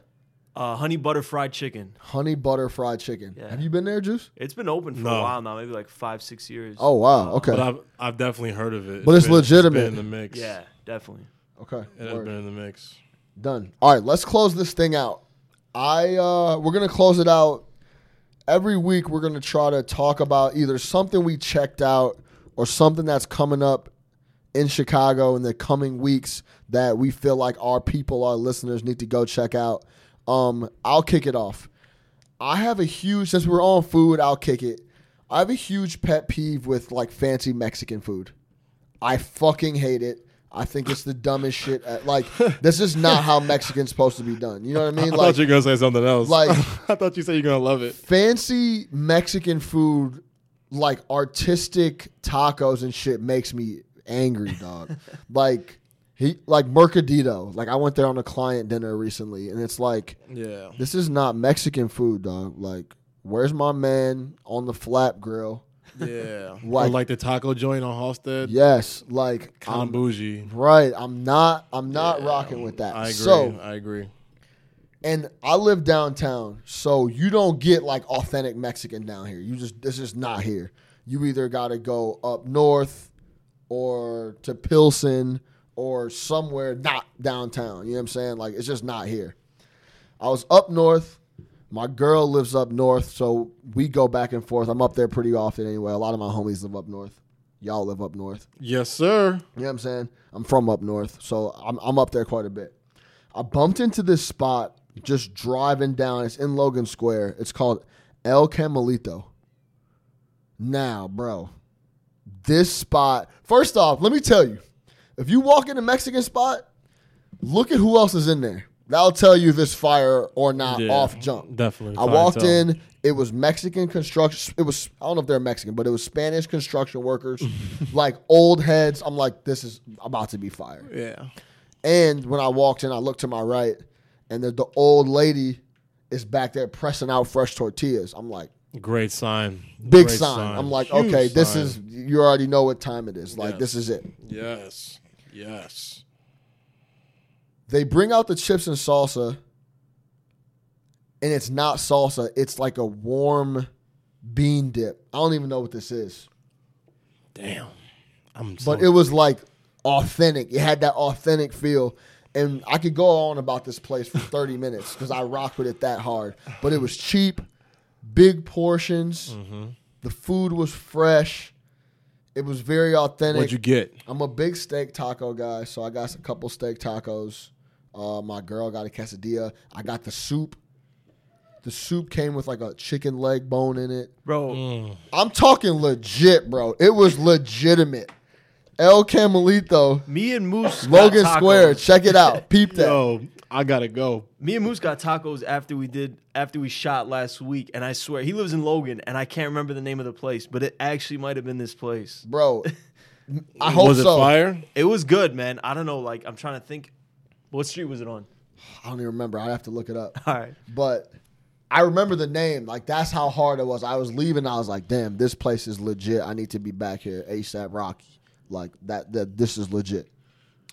S3: Uh honey butter fried chicken.
S1: Honey butter fried chicken.
S3: Yeah.
S1: Have you been there, Juice?
S3: It's been open for a
S2: No.
S3: while now, maybe like 5 6 years.
S1: Oh wow. Okay.
S2: But I've I've definitely heard of it.
S1: But it's
S2: been-
S1: legitimate.
S2: It's been in the mix.
S3: Yeah, definitely.
S1: okay.
S2: It has
S1: Word.
S2: been in the mix.
S1: Done. All right, let's close this thing out. I uh we're gonna close it out. Every week we're gonna try to talk about either something we checked out or something that's coming up in Chicago in the coming weeks that we feel like our people, our listeners, need to go check out. Um, I'll kick it off. I have a huge since we're on food, I'll kick it. I have a huge pet peeve with like fancy Mexican food. I fucking hate it. I think it's the dumbest shit. uh, Like this is not how Mexican's supposed to be done. You know what I mean?
S2: I
S1: Like
S2: thought you were gonna say something else.
S1: like-
S2: I thought you said you're gonna love it.
S1: fancy Mexican food, like artistic tacos and shit, makes me angry, dog. like he, like Mercadito. Like I went there on a client dinner recently, and it's like
S2: Yeah.
S1: this is not Mexican food, dog. Like where's my man on the flap grill?
S2: Yeah.
S1: Like-
S2: or like the taco joint on Halstead. Yeah.
S1: Yes, like
S2: I'm
S1: I'm
S2: bougie.
S1: right. I'm not. I'm not
S2: Yeah,
S1: rocking with that.
S2: I agree.
S1: So
S2: I agree.
S1: and I live downtown, so you don't get like authentic Mexican down here. You just this is not here. You either got to go up north or to Pilsen or somewhere not downtown. You know what I'm saying? Like it's just not here. I was up north. My girl lives up north, so we go back and forth. I'm up there pretty often anyway. A lot of my homies live up north. Y'all live up north.
S2: Yes, sir.
S1: You know what I'm saying? I'm from up north, so I'm, I'm up there quite a bit. I bumped into this spot just driving down. It's in Logan Square. It's called El Camelito. Now, bro, this spot, first off, let me tell you if you walk in a Mexican spot, look at who else is in there. That'll tell you if it's fire or not
S2: Yeah,
S1: off jump.
S2: definitely.
S1: I
S2: Fine,
S1: walked
S2: so.
S1: in. It was Mexican construction. It was I don't know if they're Mexican, but it was Spanish construction workers, like old heads. I'm like, this is about to be fire.
S2: Yeah.
S1: And when I walked in, I looked to my right, and the, the old lady is back there pressing out fresh tortillas. I'm like,
S2: Great sign.
S1: big
S2: Great
S1: sign. I'm like, okay, this is you already know what time it is. Like
S2: Yes.
S1: this is it.
S2: Yes. Yes.
S1: They bring out the chips and salsa, and it's not salsa. It's like a warm bean dip. I don't even know what this is.
S2: Damn. I'm so
S1: but it was like authentic. It had that authentic feel. And I could go on about this place for 30 minutes because I rocked with it that hard. But it was cheap, big portions. The food was fresh. It was very authentic.
S2: What'd you get?
S1: I'm a big steak taco guy, so I got a couple steak tacos. Uh, my girl got a quesadilla. I got the soup. The soup came with like a chicken leg bone in it.
S3: bro.
S1: I'm talking legit, bro. It was legitimate. El Camelito,
S3: Me and Moose,
S1: Logan
S3: got tacos.
S1: Square. Check it out. Peep that.
S2: Yo, Oh, I gotta go.
S3: Me and Moose got tacos after we did after we shot last week, and I swear he lives in Logan, and I can't remember the name of the place, but it actually might have been this place.
S1: Bro, I hope
S2: was it
S1: so.
S2: fire?
S3: It was good, man. I don't know, like I'm trying to think, what street was it on?
S1: I don't even remember. I have to look it up.
S3: All right,
S1: But I remember the name. Like that's how hard it was. I was leaving. I was like, damn, this place is legit. I need to be back here ASAP, Rocky. Like that. That this is legit.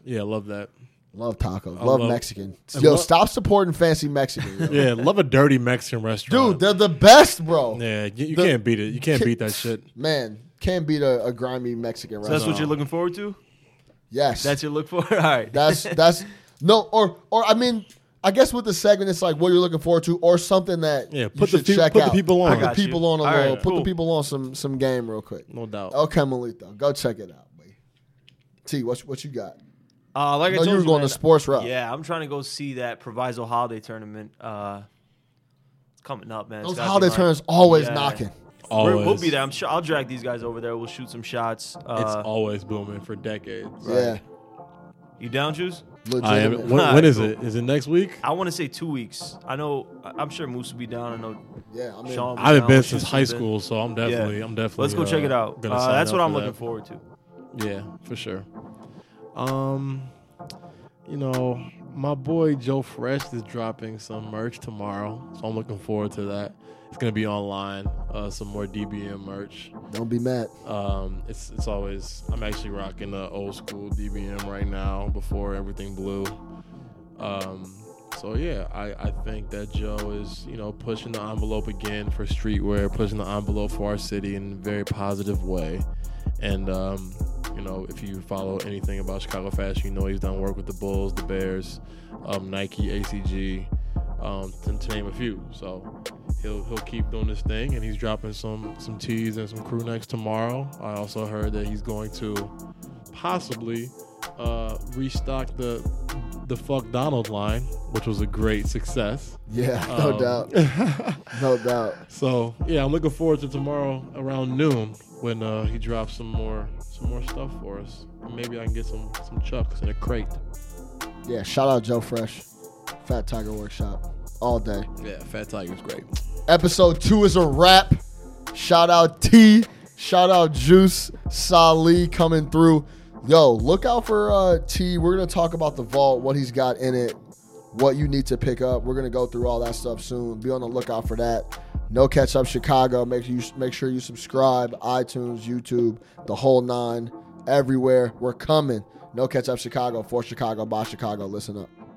S2: Yeah, love that.
S1: Love tacos. Love,
S2: love-
S1: Mexican.
S2: I
S1: Yo,
S2: love-
S1: stop supporting fancy Mexican. yo.
S2: Yeah, love a dirty Mexican
S1: Dude,
S2: restaurant.
S1: they're the best, bro.
S2: yeah, you, you
S1: the-
S2: can't beat it. You can't beat that shit.
S1: Man, can't beat a, a grimy Mexican
S3: so
S1: restaurant.
S3: that's what you're looking forward to.
S1: yes.
S3: That's your look for. All right,
S1: That's that's no, or or I mean, I guess with the segment, it's like what you're looking forward to, or something that
S2: Yeah,
S1: you
S2: put the
S1: should
S2: fe-
S1: check
S2: put the
S1: out.
S2: people on.
S1: Put
S3: I
S1: the
S3: got you.
S1: people on a
S3: All right,
S1: little. Put the
S3: cool.
S1: people on some some game real quick.
S2: No doubt.
S1: El Camelito, go check it out, buddy. T, what what you got?
S3: uh, like
S1: No,
S3: I told
S1: you were going
S3: man,
S1: the sports route.
S3: Yeah, I'm trying to go see that Proviso Holiday Tournament. Uh, it's coming up, man. It's
S1: Those
S3: gotta be
S1: holiday
S3: like-
S1: turns always
S3: Yeah.
S1: knocking.
S3: We're-
S2: Always.
S3: We'll be there. I'm sure. I'll drag these guys over there. We'll shoot some shots.
S2: It's
S3: Uh,
S2: always booming for decades.
S1: Yeah,
S3: you down, Juice?
S1: legit.
S2: I am. When, when is it? Is it next week?
S3: I want to say two weeks. I know. I- I'm sure Moose will be down. I know.
S1: yeah, I mean,
S3: Sean.
S2: I haven't
S3: No,
S2: been
S3: we
S2: since
S3: should
S2: high
S3: do that.
S2: school, so I'm definitely, I'm definitely.
S3: Let's go
S2: uh,
S3: check it out.
S2: gonna
S3: Uh,
S2: sign
S3: that's
S2: up
S3: what
S2: for
S3: I'm looking
S2: that.
S3: forward to.
S2: Yeah, for sure. Um, you know, my boy Joe Fresh is dropping some merch tomorrow, so I'm looking forward to that. It's gonna be online. Uh, some more DBM merch.
S1: don't be mad.
S2: Um, it's it's always I'm actually rocking the old school DBM right now before everything blew. Um, so yeah, I, I think that Joe is you know pushing the envelope again for streetwear, pushing the envelope for our city in a very positive way. And um, you know if you follow anything about Chicago fashion, you know he's done work with the Bulls, the Bears, um, Nike, ACG, um, to, to name a few. So he'll he'll keep doing this thing, and he's dropping some some tees and some crew necks tomorrow. I also heard that he's going to possibly uh, restock the the fuck Donald line, which was a great success.
S1: Yeah, no
S2: Um,
S1: doubt, no doubt.
S2: So yeah, I'm looking forward to tomorrow around noon when uh, he drops some more some more stuff for us. Maybe I can get some some chucks in a crate.
S1: Yeah, shout out Joe Fresh, Fat Tiger Workshop, all day.
S2: Yeah, Fat Tiger's great.
S1: Episode two is a wrap. Shout out T. Shout out Juice. Sali coming through. Yo, look out for uh, T. We're gonna talk about the vault, what he's got in it, what you need to pick up. We're gonna go through all that stuff soon. Be on the lookout for that. No catch up Chicago. Make you make sure you subscribe. iTunes, YouTube, the whole nine, everywhere. We're coming. No catch up Chicago for Chicago by Chicago. Listen up.